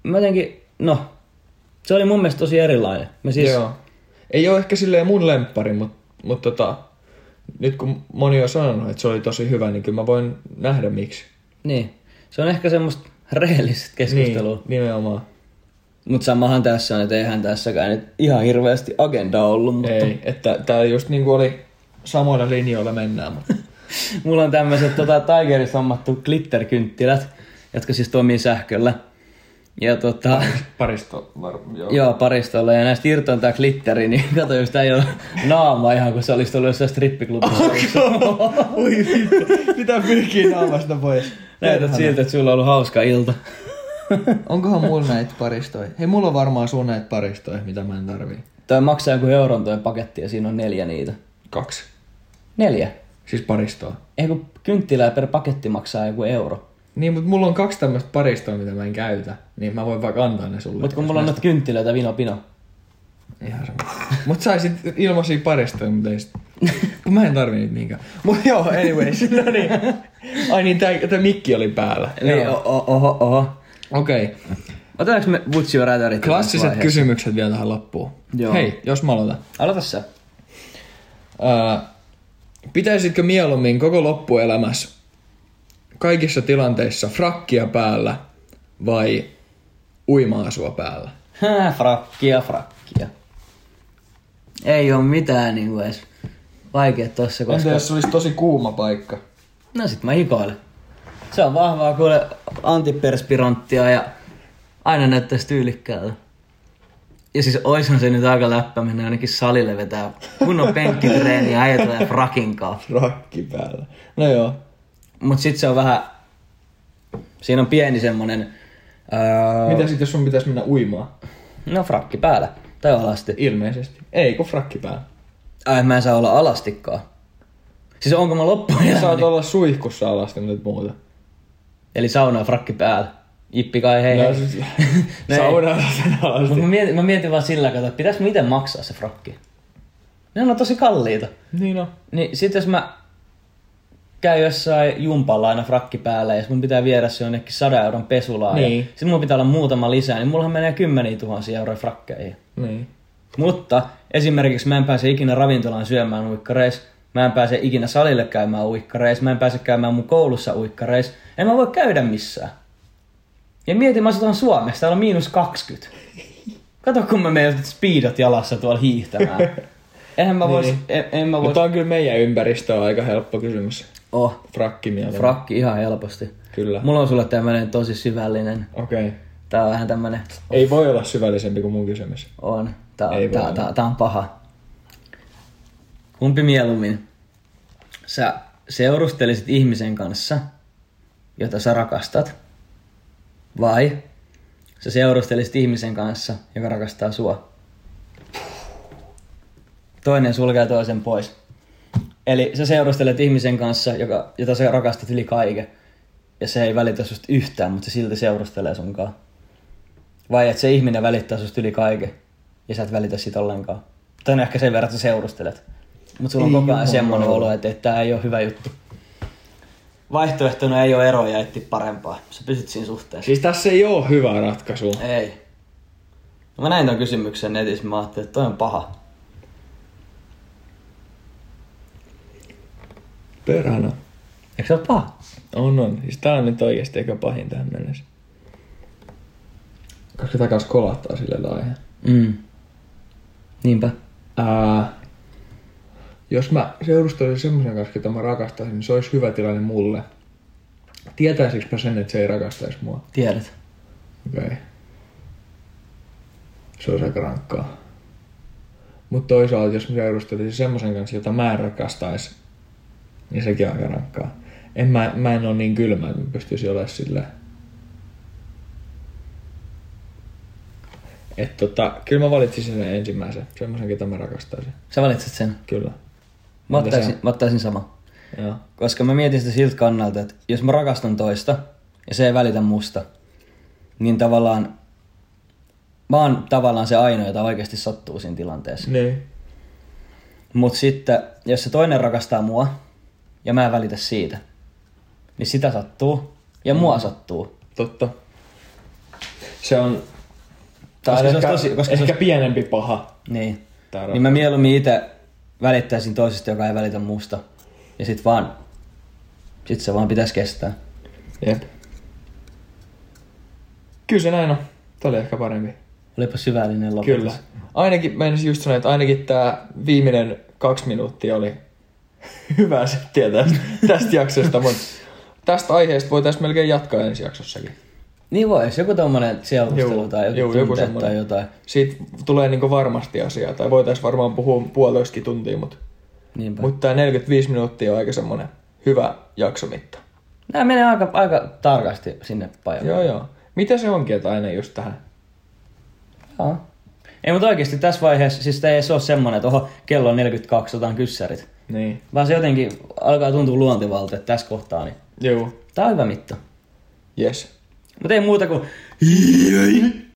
Speaker 1: mä jotenkin, no, se oli mun mielestä tosi erilainen. Mä siis,
Speaker 2: Joo. Ei ole ehkä silleen mun lemppari, mutta mut tota, nyt kun moni on sanonut, että se oli tosi hyvä, niin kyllä mä voin nähdä miksi.
Speaker 1: Niin, se on ehkä semmoista rehellistä keskustelua. Niin.
Speaker 2: nimenomaan.
Speaker 1: Mutta samahan tässä on, että eihän tässäkään nyt ihan hirveästi agendaa ollut, mutta
Speaker 2: Ei, että tää just niinku oli samoilla linjoilla mennään, mutta
Speaker 1: Mulla on tämmöiset tota, Tigerissa ammattu glitterkynttilät, jotka siis toimii sähköllä. Ja tota,
Speaker 2: parista varmaan joo.
Speaker 1: joo, paristolla. Ja näistä irtoon tää glitteri, niin kato, jos tää ei ole naama ihan, kun se olisi ollut jossain strippiklubissa.
Speaker 2: Oi vittu, pitää pyrkiä naamasta pois.
Speaker 1: Näytät siltä, että sulla on ollut hauska ilta.
Speaker 2: Onkohan mulla näitä paristoi? Hei, mulla on varmaan sun näitä paristoi, mitä mä en tarvii.
Speaker 1: Toi maksaa joku euron toi paketti ja siinä on neljä niitä.
Speaker 2: Kaksi.
Speaker 1: Neljä?
Speaker 2: Siis paristoa.
Speaker 1: Eikö kynttilää per paketti maksaa joku euro?
Speaker 2: Niin, mutta mulla on kaksi tämmöistä paristoa, mitä mä en käytä, niin mä voin vaikka antaa ne sulle.
Speaker 1: Mut kun mulla on näitä kynttilöitä vino pino.
Speaker 2: Ihan sama. Mut saisit ilmaisia paristoja, mutta ei sit... Kun mä en tarvi niitä mihinkään. Mut joo, anyways, no niin. Ai niin, tää, tää mikki oli päällä.
Speaker 1: Niin,
Speaker 2: Joo.
Speaker 1: o- o- oho, oho.
Speaker 2: Okei,
Speaker 1: Otetaanko me Would you ratherit?
Speaker 2: klassiset
Speaker 1: vaiheessa?
Speaker 2: kysymykset vielä tähän loppuun.
Speaker 1: Joo.
Speaker 2: Hei, jos mä aloitan.
Speaker 1: Aloita sä.
Speaker 2: Ää, pitäisitkö mieluummin koko loppuelämässä kaikissa tilanteissa frakkia päällä vai uimaasua päällä?
Speaker 1: Hää, frakkia, frakkia. Ei oo mitään niinku edes vaikea tossa, koska...
Speaker 2: olisi tosi kuuma paikka?
Speaker 1: No sit mä hikoilen. Se on vahvaa kuule antiperspiranttia ja aina näyttäisi tyylikkäältä. Ja siis oishan se nyt aika läppä mennä ainakin salille vetää kunnon penkkitreeniä ja äijä tulee frakin kanssa.
Speaker 2: Frakki päällä. No joo.
Speaker 1: Mut sit se on vähän... Siinä on pieni semmonen... Öö,
Speaker 2: Mitä sitten jos sun pitäisi mennä uimaan?
Speaker 1: no frakki päällä. Tai alasti.
Speaker 2: Ilmeisesti. Ei, kun frakki päällä.
Speaker 1: Ai mä en saa olla alastikkaa. Siis onko mä loppuun
Speaker 2: Saat olla suihkussa alasti, mutta et muuta.
Speaker 1: Eli sauna ja frakki päällä. Jippi kai hei.
Speaker 2: No,
Speaker 1: hei.
Speaker 2: siis,
Speaker 1: No ei.
Speaker 2: sauna sen alasti.
Speaker 1: Mut mä, mietin, mä mietin vaan sillä kautta, että pitäis mä itse maksaa se frakki. Ne on tosi kalliita.
Speaker 2: Niin on.
Speaker 1: Niin sit jos mä käyn jossain jumpalla aina frakki päällä ja sit mun pitää viedä se jonnekin 100 euron pesulaan ja
Speaker 2: Niin.
Speaker 1: sit mun pitää olla muutama lisää, niin mullahan menee kymmeniä tuhansia euroja frakkeihin.
Speaker 2: Niin.
Speaker 1: Mutta esimerkiksi mä en pääse ikinä ravintolaan syömään uikkareis, mä en pääse ikinä salille käymään uikkareis, mä en pääse käymään mun koulussa uikkareis, en mä voi käydä missään. Ja mietin, mä asutan Suomessa, täällä on miinus 20. Kato, kun mä menen speedot jalassa tuolla hiihtämään. Eihän mä vois, en, en mä vois...
Speaker 2: Mutta No on kyllä meidän ympäristöä aika helppo kysymys.
Speaker 1: Oh,
Speaker 2: Frakki mieltä.
Speaker 1: frakki ihan helposti.
Speaker 2: Kyllä.
Speaker 1: Mulla on sulle tämmönen tosi syvällinen.
Speaker 2: Okei. Okay.
Speaker 1: Tää on vähän tämmönen...
Speaker 2: Ei voi olla syvällisempi kuin mun kysymys.
Speaker 1: On. Tää,
Speaker 2: Ei
Speaker 1: on,
Speaker 2: voi
Speaker 1: tää,
Speaker 2: olla.
Speaker 1: tää, tää on paha. Kumpi mieluummin? Sä seurustelisit ihmisen kanssa, jota sä rakastat, vai sä seurustelisit ihmisen kanssa, joka rakastaa sua? Toinen sulkee toisen pois. Eli sä seurustelet ihmisen kanssa, joka, jota sä rakastat yli kaiken. Ja se ei välitä susta yhtään, mutta se silti seurustelee sunkaan. Vai että se ihminen välittää susta yli kaiken ja sä et välitä siitä ollenkaan. Tai no ehkä sen verran, että sä seurustelet. Mutta sulla on
Speaker 2: Ei
Speaker 1: koko ajan
Speaker 2: jumala.
Speaker 1: semmoinen olo, että, että tämä ei ole hyvä juttu. Vaihtoehtona ei ole eroja, etti parempaa. Sä pysyt siinä suhteessa.
Speaker 2: Siis tässä ei ole hyvää ratkaisua.
Speaker 1: Ei. No mä näin ton kysymyksen netissä, mä ajattelin, että toi on paha.
Speaker 2: Perhana.
Speaker 1: Eikö se ole paha?
Speaker 2: On, on. Siis tää on nyt oikeesti eikä pahin tähän mennessä. Koska tää kanssa kolahtaa sille laajaan.
Speaker 1: Mm. Niinpä.
Speaker 2: Ää, jos mä seurustelisin semmoisen kanssa, jota mä rakastaisin, niin se olisi hyvä tilanne mulle. Tietäisikö mä sen, että se ei rakastaisi mua?
Speaker 1: Tiedät.
Speaker 2: Okei. Okay. Se olisi aika rankkaa. Mutta toisaalta, jos mä seurustelisin semmoisen kanssa, jota mä en rakastaisi, niin sekin on aika rankkaa. En mä, mä en ole niin kylmä, että mä pystyisin olemaan sillä. Et tota, kyllä mä valitsisin sen ensimmäisen, semmoisen, ketä mä rakastaisin.
Speaker 1: Sä valitset sen.
Speaker 2: Kyllä.
Speaker 1: Mä
Speaker 2: Entä
Speaker 1: ottaisin,
Speaker 2: sä?
Speaker 1: mä ottaisin sama.
Speaker 2: Joo.
Speaker 1: Koska mä mietin sitä siltä kannalta, että jos mä rakastan toista ja se ei välitä musta, niin tavallaan mä oon tavallaan se ainoa, jota oikeasti sattuu siinä tilanteessa.
Speaker 2: Niin.
Speaker 1: Mut sitten, jos se toinen rakastaa mua ja mä en välitä siitä, niin sitä sattuu ja mua sattuu.
Speaker 2: Totta. Se on... Tää
Speaker 1: Koska
Speaker 2: on
Speaker 1: se on
Speaker 2: ehkä,
Speaker 1: tosi- koska se
Speaker 2: ehkä pienempi paha.
Speaker 1: Niin.
Speaker 2: Tää
Speaker 1: Niin mä mieluummin itse välittäisin toisesta, joka ei välitä musta. Ja sit vaan, sit se vaan pitäisi kestää.
Speaker 2: Jep. Kyllä se näin on. Tämä oli ehkä parempi.
Speaker 1: Olipa syvällinen lopetus.
Speaker 2: Kyllä. Ainakin, mä en siis just sanoa, että ainakin tämä viimeinen kaksi minuuttia oli hyvää settiä tästä, tästä jaksosta, mutta tästä aiheesta voitaisiin melkein jatkaa ensi jaksossakin.
Speaker 1: Niin voi, jos joku tommonen seurustelu
Speaker 2: Juu,
Speaker 1: tai joku,
Speaker 2: juu,
Speaker 1: juu,
Speaker 2: joku
Speaker 1: joku
Speaker 2: semmonen.
Speaker 1: tai jotain.
Speaker 2: Siitä tulee niinku varmasti asiaa, tai voitaisiin varmaan puhua puolitoistakin tuntia, mutta
Speaker 1: Niinpä. Mut.
Speaker 2: mut tämä 45 minuuttia on aika semmoinen hyvä jaksomitta.
Speaker 1: Nää menee aika, aika tarkasti sinne paikalle.
Speaker 2: Joo, joo. Mitä se onkin, että aina just tähän?
Speaker 1: Joo. Ei, mutta oikeasti tässä vaiheessa, siis tää ei se ole semmonen, että oho, kello on 42, otan kyssärit.
Speaker 2: Niin.
Speaker 1: Vaan se jotenkin alkaa tuntua luontevalta, että tässä kohtaa, niin
Speaker 2: Joo.
Speaker 1: tää on hyvä mitta.
Speaker 2: Yes.
Speaker 1: Mutta ei muuta kuin